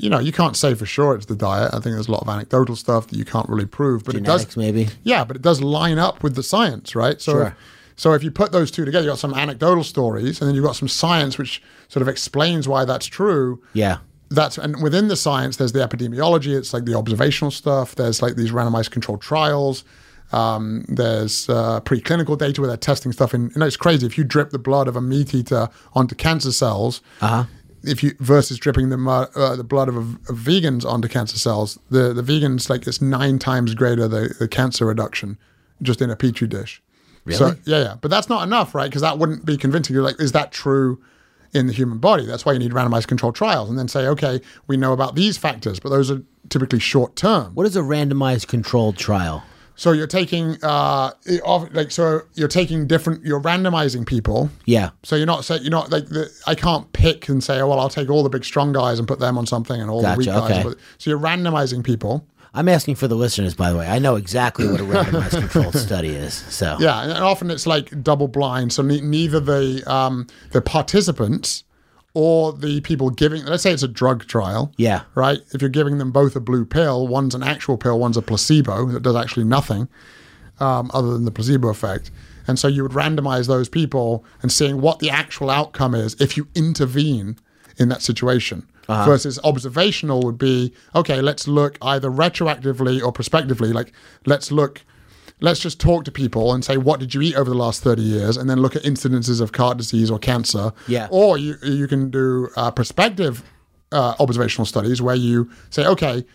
you know, you can't say for sure it's the diet. I think there's a lot of anecdotal stuff that you can't really prove, but it
Genetics,
does
maybe.
yeah, but it does line up with the science, right? So,
Sure.
if, so if you put those two together, you've got some anecdotal stories, and then you've got some science which sort of explains why that's true.
Yeah.
That's and within the science, there's the epidemiology. It's like the observational stuff. There's like these randomized controlled trials. Um, there's uh, preclinical data where they're testing stuff. In you know, it's crazy if you drip the blood of a meat eater onto cancer cells. Uh-huh. If you versus dripping the mu- uh, the blood of, of vegans onto cancer cells, the the vegans like it's nine times greater the, the cancer reduction just in a petri dish. So
Really?
yeah, yeah, but that's not enough, right? Because that wouldn't be convincing. You're like, is that true in the human body? That's why you need randomized controlled trials, and then say, okay, we know about these factors, but those are typically short term.
What is a randomized controlled trial?
So you're taking, uh, it off- like, so you're taking different. You're randomizing people.
Yeah.
So you're not say you're not like the, I can't pick and say, oh well, I'll take all the big strong guys and put them on something, and all
Gotcha,
the weak guys.
okay.
But, so you're randomizing people.
I'm asking for the listeners, by the way. I know exactly what a randomized controlled study is. So
Yeah, and often it's like double blind, so ne- neither the um, the participants or the people giving. Let's say it's a drug trial.
Yeah.
Right. If you're giving them both a blue pill, one's an actual pill, one's a placebo that does actually nothing um, other than the placebo effect. And so you would randomize those people and seeing what the actual outcome is if you intervene in that situation. Versus observational would be okay, let's look either retroactively or prospectively. Like, let's look, let's just talk to people and say, what did you eat over the last 30 years? And then look at incidences of heart disease or cancer.
Yeah.
Or you, you can do uh, prospective uh, observational studies where you say, okay,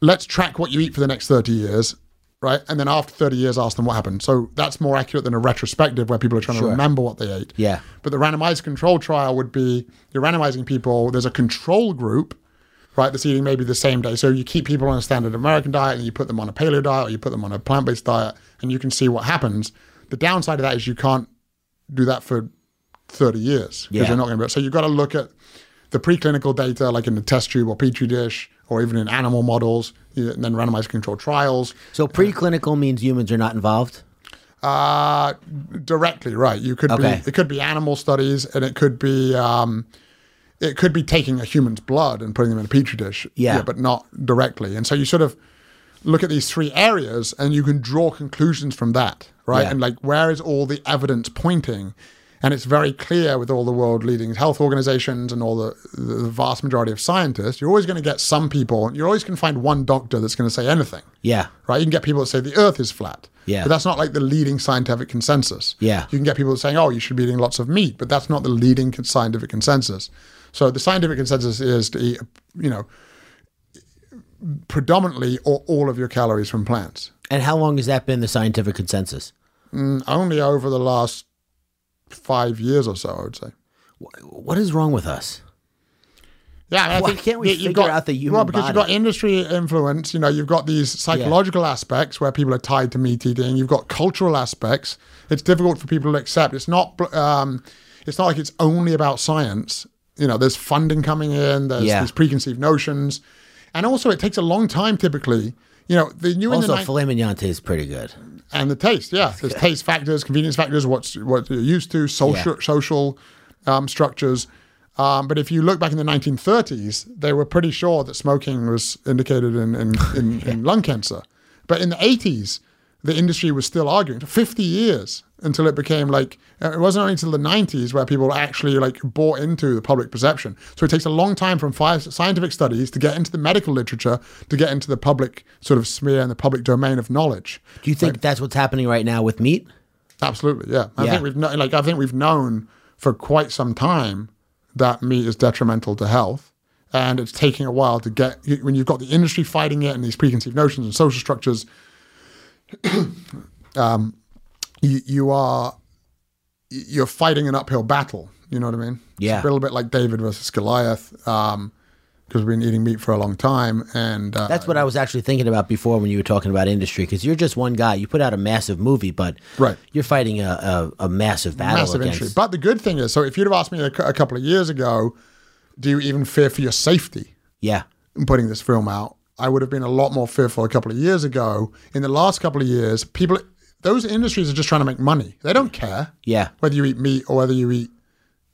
let's track what you eat for the next 30 years right and then after 30 years ask them what happened so that's more accurate than a retrospective where people are trying to remember what they ate
Yeah.
but the randomized control trial would be you're randomizing people there's a control group right that's eating maybe the same day so you keep people on a standard american diet and you put them on a paleo diet or you put them on a plant-based diet and you can see what happens the downside of that is you can't do that for 30 years because
Yeah.
you're not going to. So you've got to look at the preclinical data, like in the test tube or petri dish, or even in animal models, you- and then randomized controlled trials.
So preclinical means humans are not involved.
Uh, directly, right? You could
Okay.
be. It could be animal studies, and it could be. Um, it could be taking a human's blood and putting them in a petri dish.
Yeah.
but not directly. And so you sort of look at these three areas, and you can draw conclusions from that, right?
Yeah.
And like, where is all the evidence pointing? And it's very clear with all the world leading health organizations and all the, the vast majority of scientists, you're always going to get some people, you're always going to find one doctor that's going to say anything
Yeah.
right? You can get people that say the Earth is flat.
Yeah.
But that's not like the leading scientific consensus.
Yeah.
You can get people saying, oh, you should be eating lots of meat, but that's not the leading con- scientific consensus. So the scientific consensus is to eat, you know, predominantly or all of your calories from plants.
And how long has that been the scientific consensus?
And only over the last five years or so, I would say.
What is wrong with us?
Yeah, and I
Why
think
can't we
you-
figure
you've got,
out the human
well because you've got
body?
industry influence. You know, you've got these psychological aspects where people are tied to meat eating. You've got cultural aspects. It's difficult for people to accept. It's not. bl- Um, it's not like it's only about science. You know, there's funding coming in. There's
Yeah.
these preconceived notions, and also it takes a long time typically. You know, the new in the
Also,
nine-
filet mignon tastes pretty good.
and the taste. Yeah, there's taste factors, convenience factors, what's what you're used to, social social um, structures. Um, but if you look back in the 1930s, they were pretty sure that smoking was indicated in in, in, in lung cancer. But in the 80s, the industry was still arguing for 50 years until it became like uh, it wasn't only until the 90s where people actually like bought into the public perception. So it takes a long time from fi- scientific studies to get into the medical literature to get into the public sort of smear and the public domain of knowledge.
Do you think that's what's happening right now with meat?
Absolutely, yeah. I
Yeah.
think we've kno- like I think we've known for quite some time that meat is detrimental to health, and it's taking a while to get when you've got the industry fighting it and these preconceived notions and social structures. um, you, you are you're fighting an uphill battle. You know what I mean?
Yeah.
It's a little bit like David versus Goliath, um, because we've been eating meat for a long time. And uh,
That's what I was actually thinking about before when you were talking about industry, because you're just one guy. You put out a massive movie, but
Right.
you're fighting a, a, a massive battle
massive
against.
entry. But the good thing is, so if you'd have asked me a, cou- a couple of years ago, do you even fear for your safety
yeah,
in putting this film out? I would have been a lot more fearful a couple of years ago. In the last couple of years, people, those industries are just trying to make money. They don't care
Yeah.
whether you eat meat or whether you eat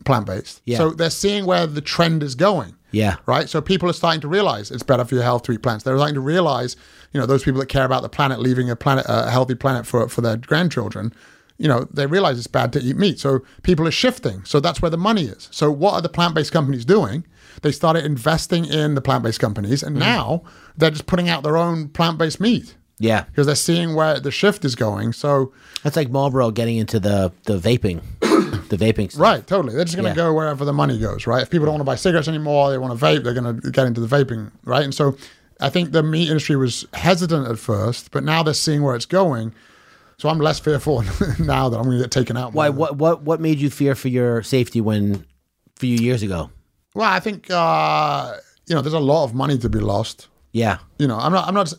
plant based.
Yeah.
So they're seeing where the trend is going.
yeah,
Right. So people are starting to realize it's better for your health to eat plants. They're starting to realize, you know, those people that care about the planet, leaving a planet, a healthy planet for for their grandchildren, you know, they realize it's bad to eat meat. So people are shifting. So that's where the money is. So what are the plant based companies doing? They started investing in the plant based companies, and now they're just putting out their own plant based meat
yeah.
because they're seeing where the shift is going. So
That's like Marlboro getting into the the vaping, the vaping. stuff.
Right, totally. They're just going to
Yeah.
go wherever the money goes, right? If people don't want to buy cigarettes anymore, they want to vape, they're going to get into the vaping, right? And so I think the meat industry was hesitant at first, but now they're seeing where it's going. So I'm less fearful now that I'm going to get taken out.
Why? What? What? What made you fear for your safety when, a few years ago?
Well, I think, uh, you know, there's a lot of money to be lost.
Yeah.
You know, I'm not, I'm not,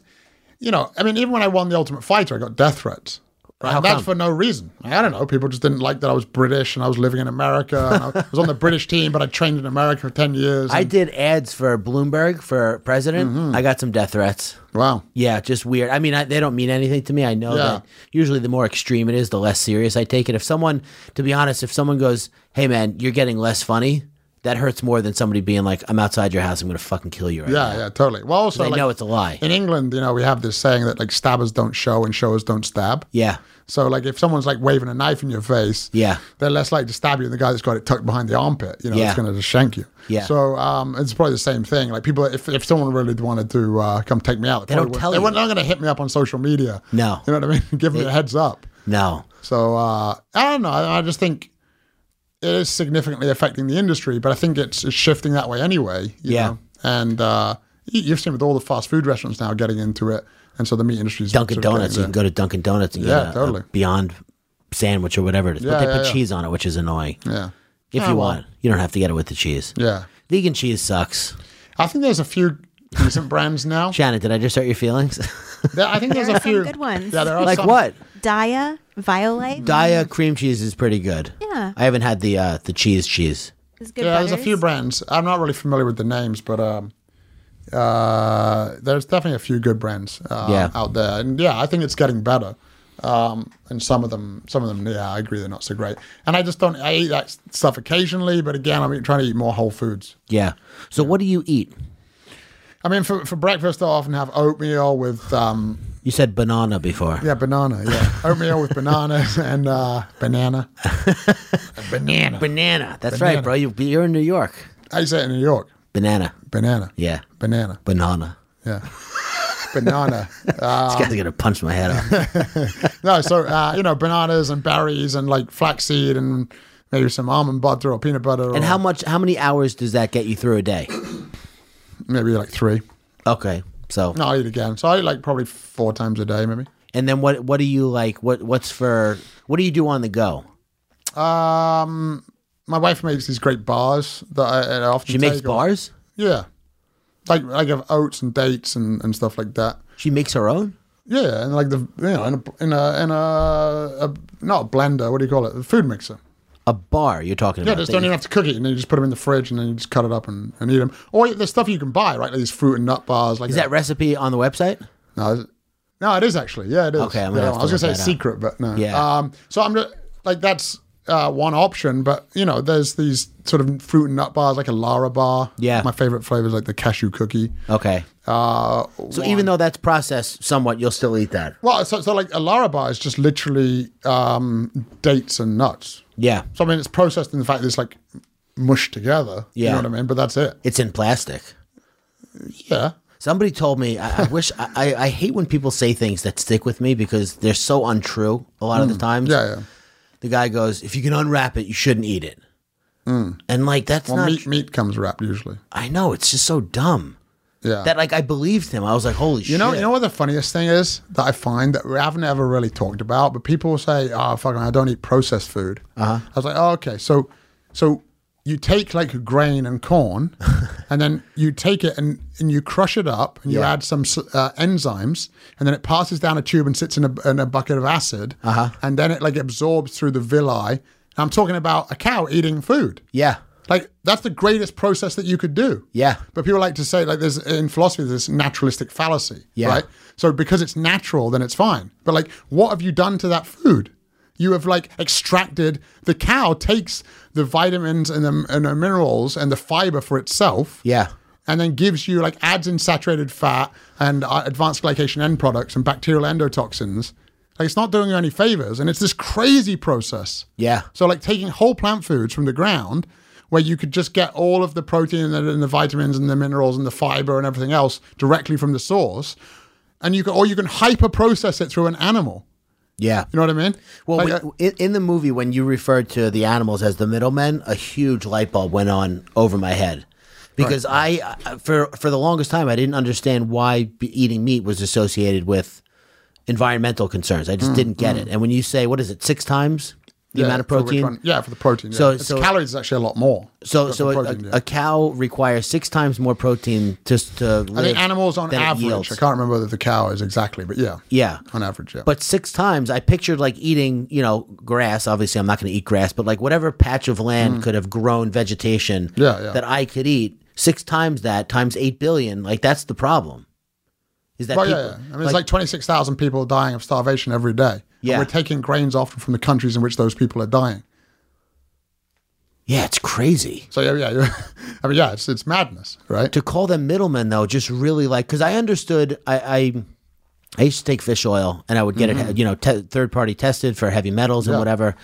you know, I mean, even when I won the Ultimate Fighter, I got death threats. Right?
How
And that's
come?
for no reason. I don't know. People just didn't like that I was British and I was living in America. And I was on the British team, but I trained in America for 10 years.
I
and-
did ads for Bloomberg for president. I got some death threats.
Wow.
Yeah, just weird. I mean, I, they don't mean anything to me. I know
Yeah.
that usually the more extreme it is, the less serious I take it. If someone, to be honest, if someone goes, "Hey, man, you're getting less funny," that hurts more than somebody being like, "I'm outside your house. I'm gonna fucking kill you." Right now."
Yeah, yeah, totally. Well, also,
They
like,
know it's a lie.
In England, you know, we have this saying that like stabbers don't show and showers don't stab.
Yeah.
So, like, if someone's like waving a knife in your face,
Yeah.
they're less likely to stab you than the guy that's got it tucked behind the armpit. You know,
Yeah.
it's going to just shank you.
Yeah.
So, um, it's probably the same thing. Like, people, if, if someone really wanted to uh, come take me out,
They don't
probably
tell
wouldn't-
you.
They weren't going to hit me up on social media.
No.
You know what I mean? Give me a heads up.
No.
So uh, I don't know. I I just think it is significantly affecting the industry, but I think it's, it's shifting that way anyway. you
Yeah.
know? And uh, you- you've seen with all the fast food restaurants now getting into it, and so the meat industry is
Dunkin'
sort of
Donuts. You
getting
can go to Dunkin' Donuts and
Yeah,
get a,
totally.
a Beyond sandwich or whatever it is, but
Yeah,
they
yeah,
put
yeah.
cheese on it, which is annoying.
there. Yeah.
If
Yeah,
you
Oh, well.
want, you don't have to get it with the cheese.
Yeah.
Vegan cheese sucks.
I think there's a few decent brands now.
Shannon, did I just hurt your feelings?
There- I think there's
There are
a
some
few
good ones.
Yeah, there are
like
Oh,
what?
some- Mm.
Dia, Violite
Daya cream cheese is pretty good.
Yeah.
I haven't had the uh, the cheese cheese.
is good.
Yeah, there's a
butters.
few brands. I'm not really familiar with the names, but um, uh, there's definitely a few good brands uh,
Yeah.
out there, and yeah, I think it's getting better. Um, and some of them, some of them, yeah, I agree, they're not so great. And I just don't. I eat that stuff occasionally, but again, I'm trying to eat more whole foods.
Yeah. So what do you eat?
I mean, for for breakfast, I often have oatmeal with um,
You said banana before.
yeah, banana, yeah, oatmeal with bananas and uh, banana, A banana.
Banana. That's
Banana.
right, bro. You, you're in New York.
I say it in New York,
Banana.
banana,
Yeah.
banana,
Banana.
yeah, banana. Uh,
this guy's gonna punch my head off.
No, so uh, you know, bananas and berries and like flaxseed and maybe some almond butter or peanut butter.
and
or
how much? How many hours does that get you through a day?
Maybe like three.
Okay. So.
No, I eat again. So I eat like probably four times a day, maybe.
And then what? What do you like? What? What's for? What do you do on the go?
Um, my wife makes these great bars that I, I often.
She makes
take or-
bars.
Yeah, like like of oats and dates and, and stuff like that.
She makes her own.
Yeah, and like the you know in a in a, in a, a not a blender. What do you call it? A food mixer.
A bar. You're talking
Yeah,
about.
just
that
don't
you-
even have to cook it, and then you just put them in the fridge, and then you just cut it up and, and eat them. Or the stuff you can buy, right? Like these fruit and nut bars. Like
Is
a-
that recipe on the website?
No, is it- no, it is actually. Yeah, it is.
Okay, I'm gonna
Yeah,
have
I
to
was gonna
look
say
that
it's
up.
secret, but no.
Yeah.
Um, so I'm just like that's uh, one option, but you know, there's these sort of fruit and nut bars, like a Lara bar.
Yeah.
My favorite flavor is like the cashew cookie.
Okay.
Uh,
So even though that's processed somewhat, you'll still eat that.
well, so, so like a Lara bar is just literally um, dates and nuts.
Yeah.
So I mean, it's processed in the fact that it's like mushed together. You
Yeah.
know what I mean? But that's it.
It's in plastic.
Yeah.
Somebody told me. I, I wish. I, I- I hate when people say things that stick with me because they're so untrue a lot of the times.
Mm. Yeah. Yeah.
The guy goes, "If you can unwrap it, you shouldn't eat it." And like that's
Mm. Well,
not.
meat meat comes wrapped usually.
I know it's just so dumb
Yeah.
that like I believed him. I was like, "Holy shit!"
You know, you know what the funniest thing is that I find that we haven't ever really talked about, "Ah, but people say, "Oh, fucking, I don't eat processed food." Uh-huh. I was like, "Oh, okay." So, so you take like grain and corn, and then you take it and, and you crush it up, and you
Yeah.
add some s- uh, enzymes, and then it passes down a tube and sits in a, in a bucket of acid, uh-huh. and then it like absorbs through the villi. And I'm talking about a cow eating food.
Yeah.
Like that's the greatest process that you could do.
Yeah.
But people like to say like there's in philosophy there's this naturalistic fallacy.
Yeah.
Right. So because it's natural, then it's fine. But like, what have you done to that food? You have like extracted the cow takes the vitamins and the, and the minerals and the fiber for itself.
Yeah.
And then gives you like adds in saturated fat and uh, advanced glycation end products and bacterial endotoxins. Like it's not doing you any favors, and it's this crazy process.
Yeah.
So like taking whole plant foods from the ground, where you could just get all of the protein and the, and the vitamins and the minerals and the fiber and everything else directly from the source, and you can or you can hyper process it through an animal.
Yeah.
You know what I mean?
Well,
Like,
we,
uh,
in, in the movie, when you referred to the animals as the middlemen, a huge light bulb went on over my head because I, I- for for the longest time, I didn't understand why be- eating meat was associated with environmental concerns. I just didn't get it. And when you say what is it, six times the
Mm, yeah,
amount of
for which
protein?
one- yeah, for the protein.
So-
So, its
so-
calories is actually a lot more.
So,
for
so
the
a,
protein,
a-
yeah.
a cow requires six times more protein just to.
I
live
think animals on
than it
average.
yields.
I can't remember whether the cow is exactly, but yeah,
Yeah.
on average, yeah.
But six times, I pictured like eating, you know, grass. Obviously, I'm not going to eat grass, but like whatever patch of land could have grown vegetation
Mm. Yeah, yeah.
that I could eat, six times that times eight billion, like that's the problem. Is that
Well,
people,
yeah, yeah. I mean, it's like 26,000 people dying of starvation every day. And
Yeah.
we're taking grains often from the countries in which those people are dying.
yeah, it's crazy
So yeah, yeah, yeah. I mean, yeah, it's, it's madness, right?
to call them middlemen though. Just really like because I understood I. I I used to take fish oil and I would get it, you know, te- third party tested for heavy metals and
Mm-hmm. Yeah.
whatever.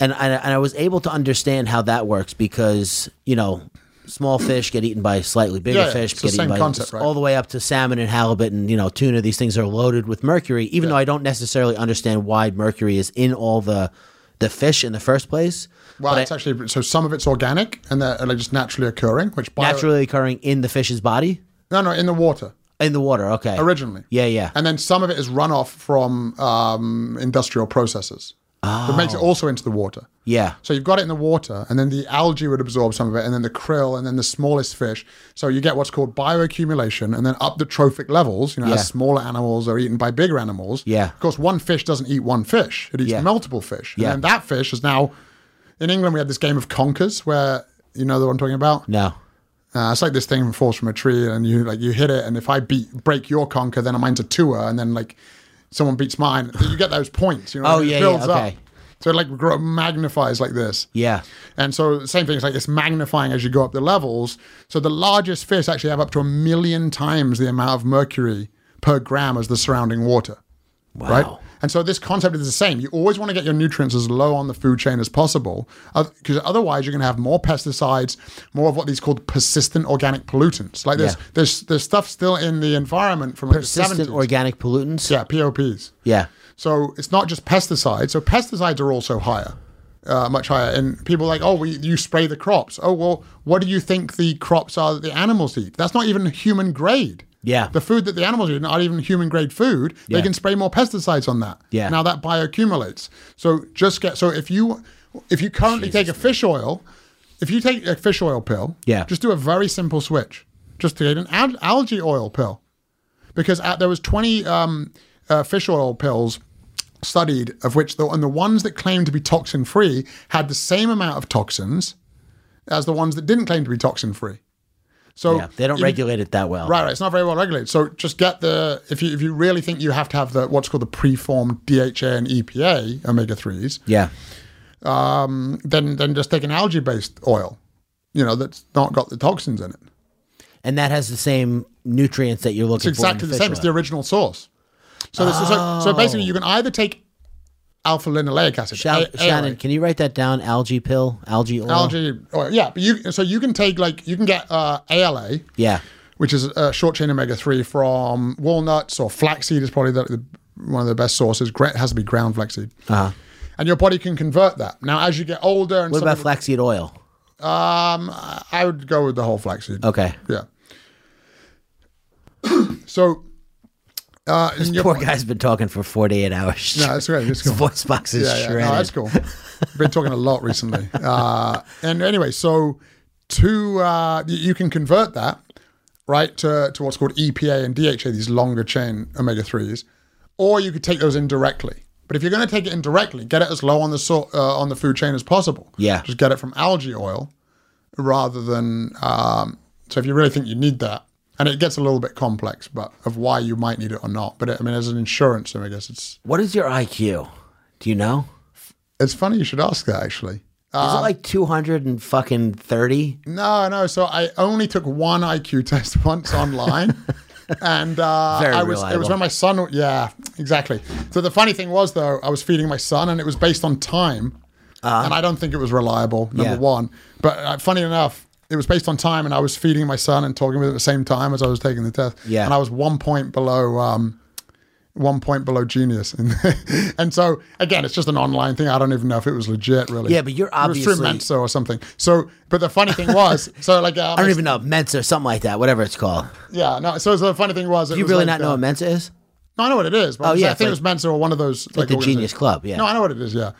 And I, and I was able to understand how that works because, you know, small fish get eaten by slightly bigger
Yeah, yeah,
fish,
it's the
get eaten
same
by
concept, right?
all the way up to salmon and halibut and, you know, tuna. These things are loaded with mercury, even though I don't necessarily understand why mercury is in all the the fish in the first place.
Well,
But
it's
I-
actually so some of it's organic and they're like, just naturally occurring, which bio-
naturally occurring in the fish's body,
no, no, in the water
in the water. Okay.
originally.
Yeah, yeah.
And then some of it is runoff from um, industrial processes. It makes it also into the water.
Oh. yeah.
So you've got it in the water, and then the algae would absorb some of it, and then the krill, and then the smallest fish. So you get what's called bioaccumulation, and then up the trophic levels, you know,
Yeah.
as smaller animals are eaten by bigger animals.
Yeah.
Of course, one fish doesn't eat one fish; it eats
Yeah.
multiple fish.
Yeah.
And then that fish is now. In England, we had this game of conkers, where you know the one I'm talking about.
No.
Uh, it's like this thing falls from a tree, and you like you hit it, and if I beat break your conker, then mine's a tour, and then like someone beats mine, you get those points. You know,
Oh,
what I mean?
yeah,
it
yeah,
builds
okay.
up. So it like grow, magnifies like this.
Yeah.
And so same thing, it's like it's magnifying as you go up the levels. So the largest fish actually have up to a million times the amount of mercury per gram as the surrounding water.
Wow.
Right? And so this concept is the same. You always want to get your nutrients as low on the food chain as possible, because otherwise you're going to have more pesticides, more of what these called persistent organic pollutants. Like there's
Yeah.
there's there's stuff still in the environment from like the
Persistent
70s.
organic pollutants.
yeah, POPs.
Yeah.
So it's not just pesticides. So pesticides are also higher, uh, much higher. And people are like, oh, well, you spray the crops. Oh, well, what do you think the crops are that the animals eat? That's not even human grade.
Yeah.
The food that the animals eat, not even human grade food,
Yeah.
they can spray more pesticides on that.
Yeah.
Now that bioaccumulates. So just get so if you if you currently take a fish oil, if you take a fish oil pill,
Yeah.
just do a very simple switch. Just to get an al- algae oil pill because uh, there was 20 um, uh, fish oil pills studied of which the and the ones that claimed to be toxin free had the same amount of toxins as the ones that didn't claim to be toxin free so
Yeah. They don't
you-
regulate it that well.
Right, right. It's not very well regulated. So just get the if you if you really think you have to have the what's called the preformed DHA and EPA omega threes,
Yeah.
then then just take an algae based oil, you know that's not got the toxins in it.
and that has the same nutrients that you're looking
It's exactly
for. Oh. in
the same.
fish
It's the
oil.
original source. So, this is so, so basically, you can either take alpha linoleic acid,
Shall-
A-
Shannon,
ALA,
can you write that down? Algae pill, algae oil.
algae, or, yeah. But you so you can take like you can get uh, ALA,
Yeah,
which is a short chain omega three from walnuts or flaxseed is probably the, the, one of the best sources. Gra- It has to be ground flaxseed.
Uh-huh.
And your body can convert that. Now, as you get older, and
What
some
about
of it-
flaxseed oil?
Um, I would go with the whole flaxseed.
Okay.
Yeah. so, uh, in your,
Poor guy's been talking for 48 hours.
No, that's right. It's
His
cool.
voice box is
Yeah, yeah.
shredded.
No, that's cool. been talking a lot recently. Uh, and anyway, so to uh, y- you can convert that right to, to what's called EPA and DHA, these longer chain omega threes, or you could take those indirectly. But if you're going to take it indirectly, get it as low on the so, uh, on the food chain as possible.
Yeah.
just get it from algae oil rather than. Um, so if you really think you need that, and it gets a little bit complex, but of why you might need it or not. But it, I mean, as an insurance, I guess it's
What is your IQ? Do you know?
it's funny you should ask that actually. Uh,
is it like two hundred and fucking thirty?
No, no. So I only took one IQ test once online. And uh,
Very
I was it
reliable.
was when my son yeah exactly so the funny thing was though I was feeding my son and it was based on time and I don't think it was reliable number
Uh-huh. Yeah.
one but uh, funny enough it was based on time and I was feeding my son and talking with him at the same time as I was taking the test
Yeah.
and I was one point below um, one point below genius and, and so again it's just an online thing I don't even know if it was legit really
Yeah, but you're
it was through
obviously-
Mensa or something so but the funny thing was so like uh,
I don't even know Mensa or something like that. Whatever it's called.
yeah, no. So, so the funny thing was, it
Do you
was
really
like,
not know
uh,
what Mensa is?
No, I know what it is. But
Oh,
I
yeah,
think
it's like-
it was Mensa or one of those like,
the
organisa-
Genius Club, yeah.
No, I know what it is. Yeah.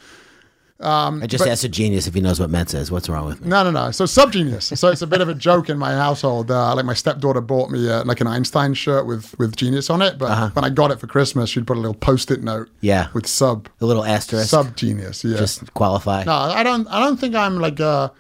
I just asked a genius if he knows what Mensa is. What's wrong with me?
No, no, no. So subgenius. so it's a bit of a joke in my household. Uh, like my stepdaughter bought me uh, like an Einstein shirt with with genius on it, but when I got it for Christmas, she'd put a little post-it note.
Uh-huh. Yeah.
With sub
A little asterisk.
subgenius. Yeah.
just qualify.
no, I don't. I don't think I'm like a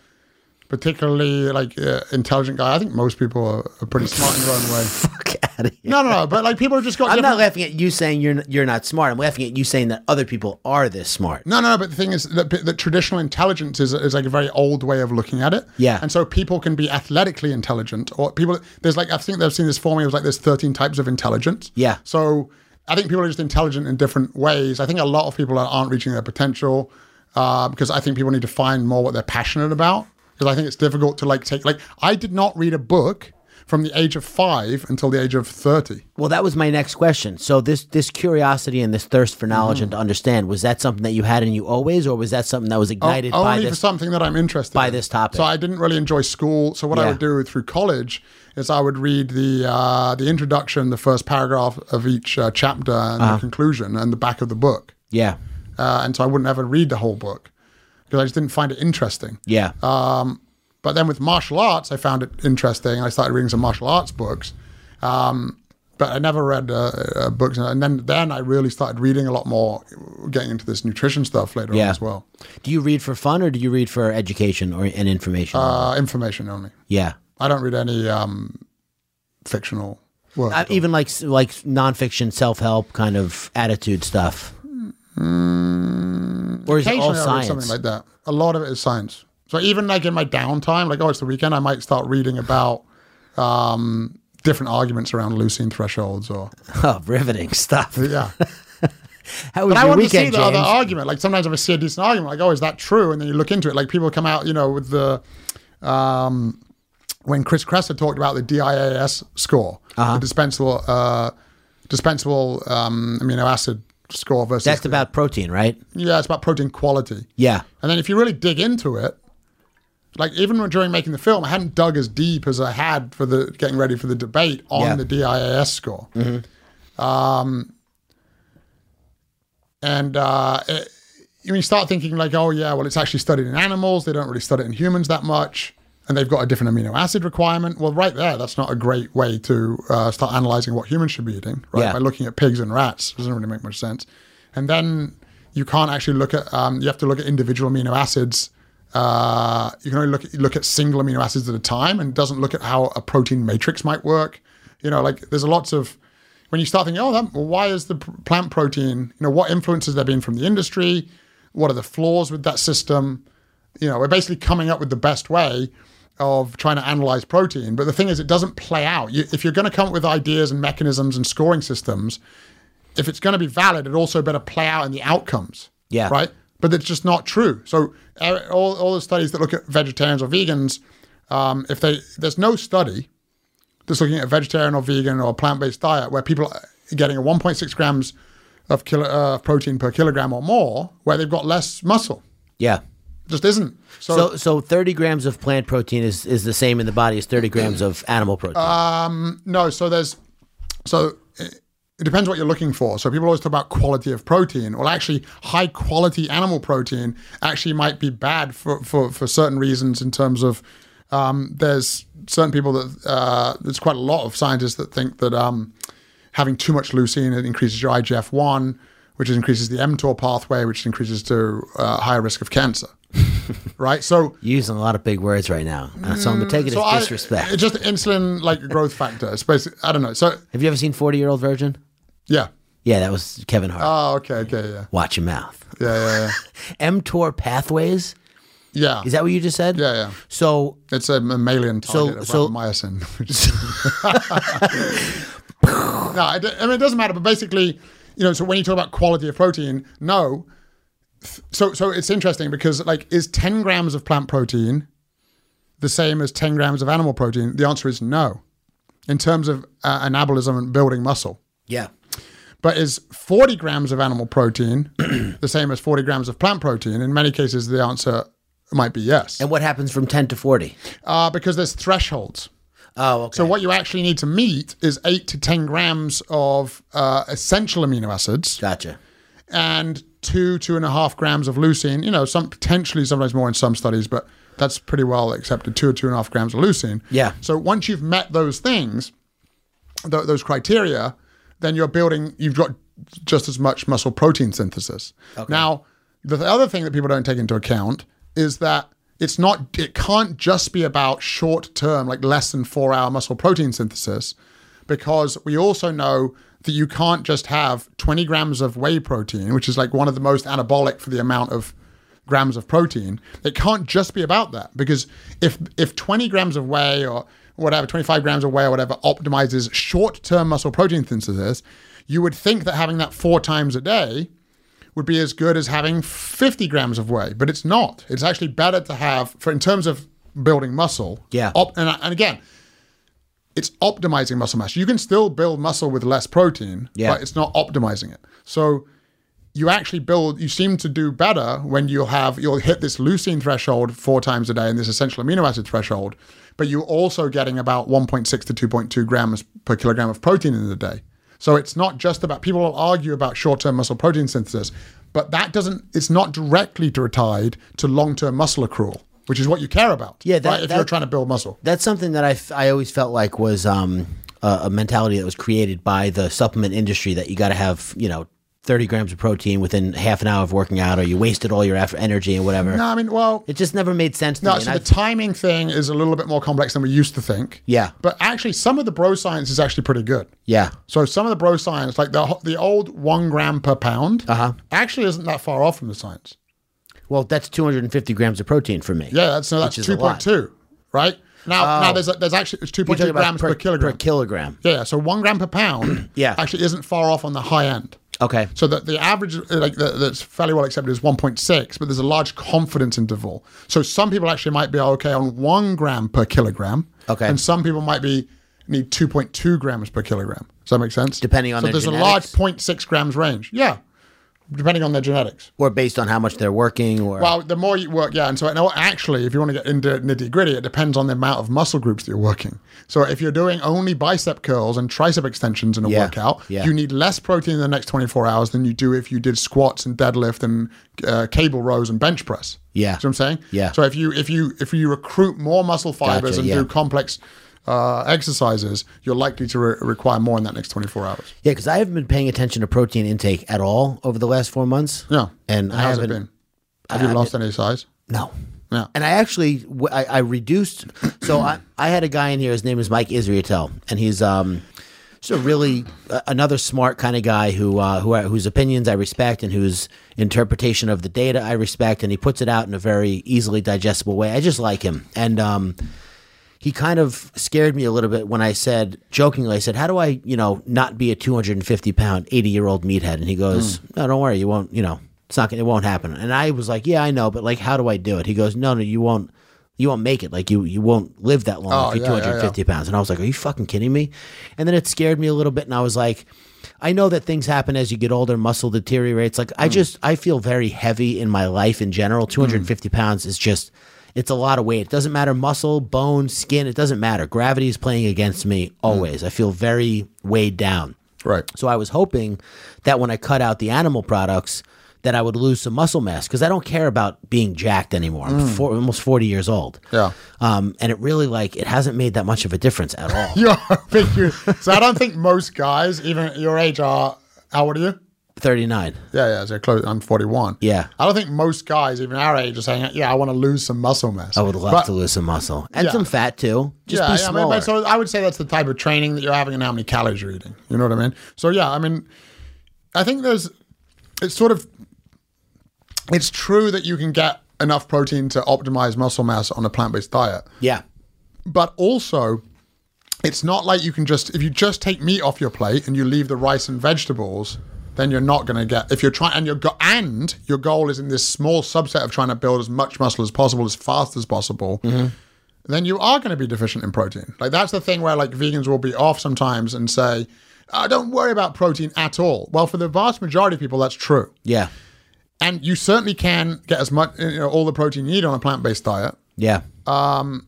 particularly like uh, intelligent guy. I think most people are, are pretty smart in their own way.
Fuck out of here.
No, no, no. But like people have just got.
I'm
different-
not laughing at you saying you're n- you're not smart. I'm laughing at you saying that other people are this smart.
No, no, but the thing is that, that traditional intelligence is, is like a very old way of looking at it.
Yeah.
And so people can be athletically intelligent or people, there's like, I think they've seen this formula, it was like there's 13 types of intelligence.
Yeah.
So I think people are just intelligent in different ways. I think a lot of people are- aren't reaching their potential uh, because I think people need to find more what they're passionate about. Because I think it's difficult to like take, like, I did not read a book from the age of five until the age of 30.
Well, that was my next question. So this this curiosity and this thirst for knowledge
Mm-hmm.
and to understand was that something that you had in you always, or was that something that was ignited
Oh,
by
only for
this?
something that I'm interested
by
in.
this topic.
So I didn't really enjoy school. So what I
Yeah.
would do through college is I would read the uh, the introduction, the first paragraph of each uh, chapter, and
Uh-huh.
the conclusion, and the back of the book.
yeah,
Uh, and so I wouldn't ever read the whole book because I just didn't find it interesting.
yeah.
Uh, But then with martial arts, I found it interesting. I started reading some martial arts books. Um, but I never read uh, uh, books, and then then I really started reading a lot more, getting into this nutrition stuff later on
Yeah.
as well.
do you read for fun or do you read for education or and information?
Uh, information only.
yeah,
I don't read any um, fictional work.
I, Uh, even like s- like nonfiction, self help kind of attitude stuff. or is it all
Mm, Occasionally, I read
science?
something like that. A lot of it is science. So even like in my downtime, like oh, it's the weekend, I might start reading about um, different arguments around leucine thresholds, or
oh, riveting stuff.
yeah.
How was
But I
your
want to see
weekend,
the other
James?
argument. Like sometimes if I see a decent argument, like oh, is that true? And then you look into it. Like people come out, you know, with the um, when Chris Kresser talked about the DIAS score, the dispensable uh, dispensable um, amino acid score versus
That's
the-
about protein, right?
Yeah, it's about protein quality.
Yeah.
And then if you really dig into it, like even when- during making the film, I hadn't dug as deep as I had for the getting ready for the debate on
Yeah. Mm-hmm.
the DIAS score. Um, and uh, it, when you start thinking like, oh yeah, well it's actually studied in animals. They don't really study it in humans that much, and they've got a different amino acid requirement. Well, right there, that's not a great way to uh, start analyzing what humans should be eating. Right,
Yeah.
by looking at pigs and rats doesn't really make much sense. And then you can't actually look at. Um, you have to look at individual amino acids. Uh, you can only look at, look at single amino acids at a time, and it doesn't look at how a protein matrix might work. You know, like there's lots of when you start thinking, oh, that, well, why is the pr- plant protein? You know, what influences there been from the industry? What are the flaws with that system? You know, we're basically coming up with the best way of trying to analyze protein. But the thing is, it doesn't play out. You, if you're going to come up with ideas and mechanisms and scoring systems, if it's going to be valid, it also better play out in the outcomes.
Yeah.
Right. But it's just not true. So uh, all, all the studies that look at vegetarians or vegans, um, if they there's no study that's looking at a vegetarian or vegan or plant based diet where people are getting a 1.6 grams of kilo, uh, protein per kilogram or more, where they've got less muscle,
Yeah.
just isn't. So,
So, so 30 grams of plant protein is, is the same
Uh,
in the body as 30 grams of animal protein.
no. So there's so. uh, it depends what you're looking for. So people always talk about quality of protein. Well, actually, high quality animal protein actually might be bad for, for, for certain reasons in terms of um, there's certain people that uh, there's quite a lot of scientists that think that um, having too much leucine it increases your IGF one, which increases the mTOR pathway, which increases to uh, higher risk of cancer. right. So
You're using a lot of big words right now, and so I'm gonna take it
mm, so
as
I-
disrespect.
it's just insulin like growth factor. It's basically I don't know. So
Have you ever seen Forty Year Old Virgin?
yeah.
Yeah, that was Kevin Hart.
Oh, okay, okay, yeah,
Watch your mouth.
yeah, yeah, yeah.
mTOR pathways.
yeah.
Is that what you just said?
Yeah, yeah.
So
It's a mammalian target of
so-
rapamycin. no, I, d- I mean it doesn't matter. But basically, you know, so when you talk about quality of protein, no. So, so it's interesting because like, is ten grams of plant protein the same as ten grams of animal protein? The answer is no, in terms of uh, anabolism and building muscle.
yeah,
But is 40 grams of animal protein the same as 40 grams of plant protein? In many cases, the answer might be yes,
and what happens from ten to forty?
uh, because there's thresholds.
Oh, okay.
So what you actually need to meet is eight to 10 grams of uh, essential amino acids
Gotcha.
and two, two and a half grams of leucine. You know, some potentially sometimes more in some studies, but that's pretty well accepted. Two or two and a half grams of leucine.
Yeah.
So once you've met those things, th- those criteria, then you're building. You've got just as much muscle protein synthesis. Now, the th- other thing that people don't take into account is that it's not. It can't just be about short term, like less than four hour muscle protein synthesis, because we also know that you can't just have 20 grams of whey protein, which is like one of the most anabolic for the amount of grams of protein. It can't just be about that because if if 20 grams of whey or whatever, 25 grams of whey or whatever optimizes short-term muscle protein synthesis, you would think that having that four times a day would be as good as having 50 grams of whey, but it's not. It's actually better to have for in terms of building muscle.
Yeah.
Op- and, and again, it's optimizing muscle mass. You can still build muscle with less protein,
Yeah.
but it's not optimizing it. So you actually build you seem to do better when you'll have you'll hit this leucine threshold four times a day and this essential amino acid threshold but you're also getting about 1.6 to 2.2 grams per kilogram of protein in the day so it's not just about people will argue about short-term muscle protein synthesis but that doesn't it's not directly tied to long-term muscle accrual which is what you care about
Yeah, that-
right if you're
that-
trying to build muscle
That's something that I, f- I always felt like was um, a, a mentality that was created by the supplement industry that you got to have, you know, 30 grams of protein within half an hour of working out or you wasted all your effort, energy and whatever.
no i mean well
It just never made sense to
No,
me.
so
and
the
I've-
timing thing is a little bit more complex than we used to think.
Yeah.
But actually, some of the bro science is actually pretty good.
yeah.
So some of the bro science, like the ho- the old one gram per pound,
Uh-huh.
actually isn't that far off from the science.
Well, that's 250 grams of protein for me.
Yeah, that's so that's
is a
two
lot. Oh.
point two, right? Now, now there's there's actually it's two
You're
point
talking
two
about
grams per, kilogram.
Per kilogram.
yeah, so one gram per pound,
Yeah.
actually isn't far off on the high end.
Okay.
So that the average, uh, like the, that's fairly well accepted, is 1.6, but there's a large confidence interval. So some people actually might be okay on one gram per kilogram.
Okay.
And some people might be need 2.2 grams per kilogram. Does that make sense?
Depending on
so
their
there's
genetics?
a large 0.6 grams range. Yeah, depending on their genetics.
Or based on how much they're working or.
Well, the more you work, yeah. And so, and actually, if you want to get into nitty gritty, it depends on the amount of muscle groups that you're working. So, if you're doing only bicep curls and tricep extensions in a
Yeah,
workout,
yeah.
you need less protein in the next 24 hours than you do if you did squats and deadlift and uh, cable rows and bench press.
Yeah.
See what I'm saying?
Yeah.
So if you if you if you recruit more muscle fibers
Gotcha,
and
yeah.
do complex uh, exercises, you're likely to re- require more in that next 24 hours.
yeah, because I haven't been paying attention to protein intake at all over the last four months.
Yeah.
And, I
how's
haven't.
it been? Have you lost any size?
No.
Yeah.
And I actually, w- I, I reduced. So I, I had a guy in here. His name is Mike Israetel, and he's um, just a really uh, another smart kind of guy who uh, who I, whose opinions I respect and whose interpretation of the data I respect, and he puts it out in a very easily digestible way. I just like him, and um, he kind of scared me a little bit when I said jokingly, I said, "How do I, you know, not be a 250 pound, 80 year old meathead?" And he goes,
Hmm.
"No, don't worry, you won't. You know, it's not. gonna It won't happen." And I was like, "Yeah, I know, but like, how do I do it?" He goes, "No, no, you won't. You won't make it. Like, you you won't live that long
Oh,
if you're
yeah, yeah, yeah.
250 pounds." And I was like, "Are you fucking kidding me?" And then it scared me a little bit, and I was like. I know that things happen as you get older, muscle deteriorates. Like I just, I feel very heavy in my life in general. 250 pounds is just, it's a lot of weight. It doesn't matter muscle, bone, skin, it doesn't matter. Gravity is playing against me always. I feel very weighed down.
Right.
So I was hoping that when I cut out the animal products, that I would lose some muscle mass because I don't care about being jacked anymore. I'm four, almost 40 years old.
Yeah.
Um, and it really like it hasn't made that much of a difference at all.
You're hoping you. So I don't think most guys, even at your age, are. How old are you?
39.
Yeah, yeah. So close. I'm 41.
Yeah.
I don't think most guys, even our age, are saying, "Yeah, I want to lose some muscle mass."
I would love
But-
to lose some muscle and
Yeah.
some fat too. Just
yeah,
be
yeah, I
smaller.
mean, but so I would say that's the type of training that you're having and how many calories you're eating. You know what I mean? So yeah, I mean, I think there's it's sort of it's true that you can get enough protein to optimize muscle mass on a plant-based diet,
yeah.
but also it's not like you can just if you just take meat off your plate and you leave the rice and vegetables then you're not going to get if you're trying and your go- and your goal is in this small subset of trying to build as much muscle as possible as fast as possible then you are going to be deficient in protein like that's the thing where like vegans will be off sometimes and say oh, don't worry about protein at all well for the vast majority of people that's true
Yeah.
and you certainly can get as much you know, all the protein you need on a plant-based diet
Yeah.
Uh,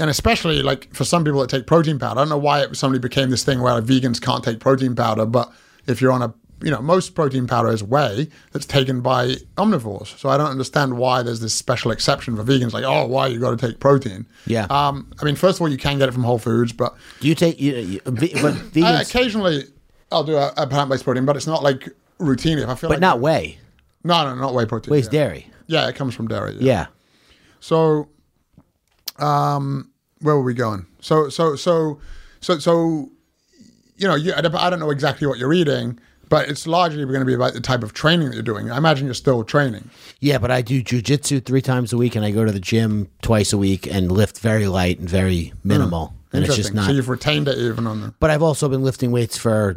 and especially like for some people that take protein powder, I don't know why it suddenly became this thing where like, vegans can't take protein powder, but if you're on a you know most protein powder is whey that's taken by omnivores, so I don't understand why there's this special exception for vegans. Like, oh, why you got to take protein?
Yeah.
Um, I mean, first of all, you can get it from Whole Foods, but
Do you take you, you ve- but
I,
vegans
occasionally I'll do a, a plant-based protein, but it's not like routine. If I feel
but
like
not whey.
no, no, not whey protein.
Whey's
yeah.
dairy.
Yeah, it comes from dairy. yeah.
Yeah.
So, um, where were we going? So, so, so, so, so, you know, you, I don't I don't know exactly what you're eating, but it's largely going to be about the type of training that you're doing. I imagine you're still training.
Yeah, but I do jujitsu three times a week, and I go to the gym twice a week and lift very light and very minimal, and it's just
Interesting.
not.
So you've retained it even on the.
but I've also been lifting weights for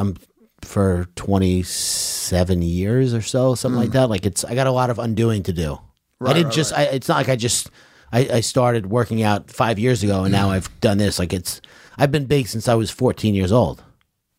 um for twenty seven years or so, something
Hmm.
like that. Like it's I got a lot of undoing to do. I didn't just. I, it's not like I just. I, I started working out five years ago, and
Hmm.
now I've done this. Like it's. I've been big since I was fourteen years old.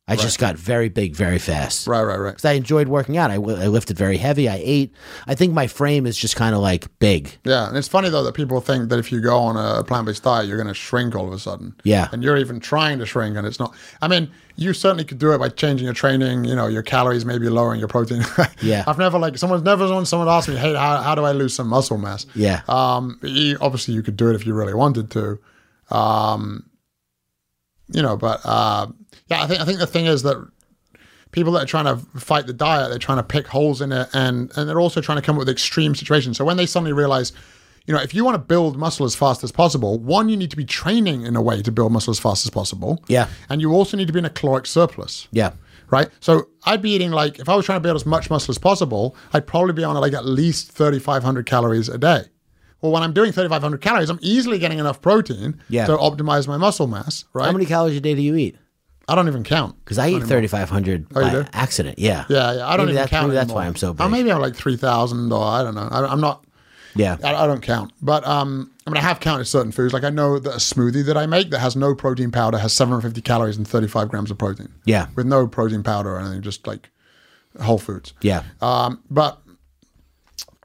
I just got very big very fast.
Right, right, right.
Because I enjoyed working out. I, w- I lifted very heavy. I ate. I think my frame is just kind of like big.
Yeah, and it's funny though that people think that if you go on a plant-based diet, you're going to shrink all of a sudden.
Yeah.
and you're even trying to shrink, and it's not. I mean, you certainly could do it by changing your training. You know, your calories, maybe lowering your protein.
Yeah.
I've never like someone's never someone someone asked me, hey, how, how do I lose some muscle mass?
Yeah.
Um, you, obviously you could do it if you really wanted to. Um, you know, but uh, yeah, I think I think the thing is that people that are trying to fight the diet, they're trying to pick holes in it, and and they're also trying to come up with extreme situations. So when they suddenly realize, you know, if you want to build muscle as fast as possible, one, you need to be training in a way to build muscle as fast as possible.
Yeah.
and you also need to be in a caloric surplus
Yeah.
right? So I'd be eating like if I was trying to build as much muscle as possible, I'd probably be on like at least 3,500 calories a day. Well, when I'm doing 3,500 calories, I'm easily getting enough protein
Yeah.
to optimize my muscle mass, right?
How many calories a day do you eat?
I don't even count.
Because I eat thirty five hundred by
do?
accident. Yeah.
Yeah, yeah, I don't
Maybe
even
that's,
count.
maybe that's
anymore.
why I'm so big.
Or maybe I'm like 3,000 or I don't know. I, I'm not.
yeah.
I, I don't count, but um, I mean, I have counted certain foods. Like I know that a smoothie that I make that has no protein powder has 750 calories and 35 grams of protein.
Yeah.
with no protein powder or anything, just like whole foods.
Yeah.
Um, but um,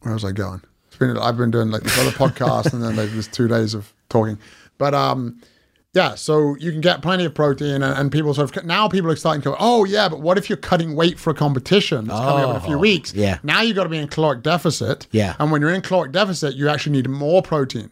where was I going? It's been I've been doing like this other podcast, and then like there's two days of talking. But um, yeah, so you can get plenty of protein, and, and people sort of now people are starting to go, oh yeah, but what if you're cutting weight for a competition that's coming up in a few
Oh,
weeks?
yeah.
now you got to be in caloric deficit.
Yeah.
and when you're in caloric deficit, you actually need more protein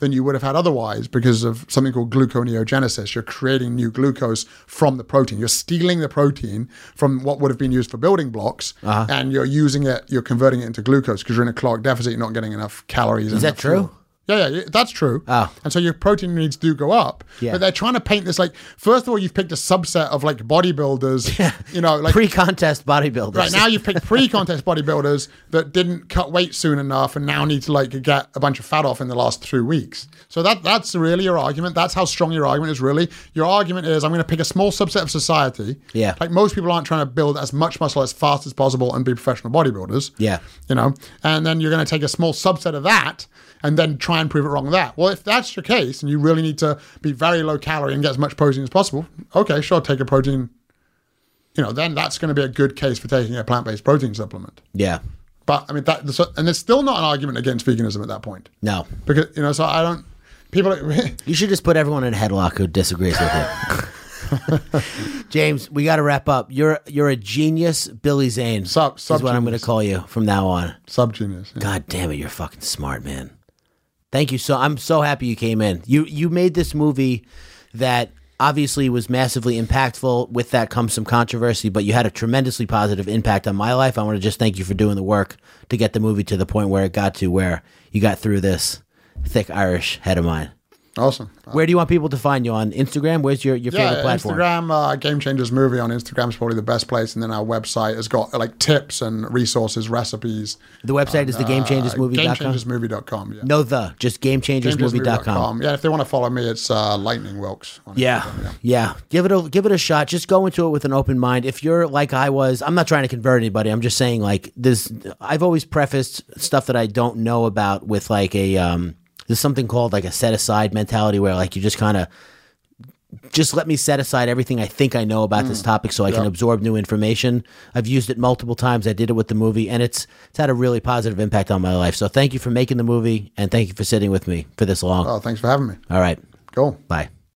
than you would have had otherwise because of something called gluconeogenesis. You're creating new glucose from the protein. You're stealing the protein from what would have been used for building blocks,
Uh-huh.
and you're using it. You're converting it into glucose because you're in a caloric deficit. You're not getting enough calories. Is
that true?
Yeah, yeah, that's true.
Oh.
And so your protein needs do go up.
Yeah.
But they're trying to paint this like, first of all, you've picked a subset of like bodybuilders, you know, like
Pre contest bodybuilders.
Right now, you pick pre-contest bodybuilders that didn't cut weight soon enough, and now need to like get a bunch of fat off in the last three weeks. So that that's really your argument. That's how strong your argument is. Really, your argument is I'm going to pick a small subset of society.
Yeah.
like most people aren't trying to build as much muscle as fast as possible and be professional bodybuilders.
Yeah.
you know, and then you're going to take a small subset of that and then try and prove it wrong. with That well, if that's your case, and you really need to be very low calorie and get as much protein as possible, okay, sure, take a protein you know, then that's going to be a good case for taking a plant-based protein supplement.
yeah.
But I mean, that so- and there's still not an argument against veganism at that point
No.
because you know, so I don't. People,
You should just put everyone in a headlock who disagrees with you. James, we got to wrap up. You're you're a genius, Billy Zane.
Sub-
is what I'm going
sub-genius.
to call you from now on.
subgenius. Yeah.
God damn it, you're fucking smart, man. Thank you so. I'm so happy you came in. You you made this movie that obviously was massively impactful. With that comes some controversy, but you had a tremendously positive impact on my life. I want to just thank you for doing the work to get the movie to the point where it got to, where you got through this thick Irish head of mine.
Awesome.
Where do you want people to find you on Instagram? Where's your, your favorite platform?
Instagram, uh, Game Changers Movie on Instagram is probably the best place. And then our website has got like tips and resources, recipes.
The website is the
Uh,
gamechangersmovie.com.
GameChangersMovie.com. Yeah.
no, the just gamechangersmovie.com.
GameChangersMovie.com. Yeah, if they want to follow me, it's uh, Lightning Wilkes. on
Yeah.
Instagram,
Yeah. Give it a give it a shot. Just go into it with an open mind. If you're like I was, I'm not trying to convert anybody. I'm just saying like this I've always prefaced stuff that I don't know about with like a um there's something called like a set aside mentality where like you just kind of just let me set aside everything I think I know about this topic so I can absorb new information. I've used it multiple times. I did it with the movie and it's it's had a really positive impact on my life. So thank you for making the movie and thank you for sitting with me for this long.
Oh, thanks for having me.
All right.
Cool.
Bye.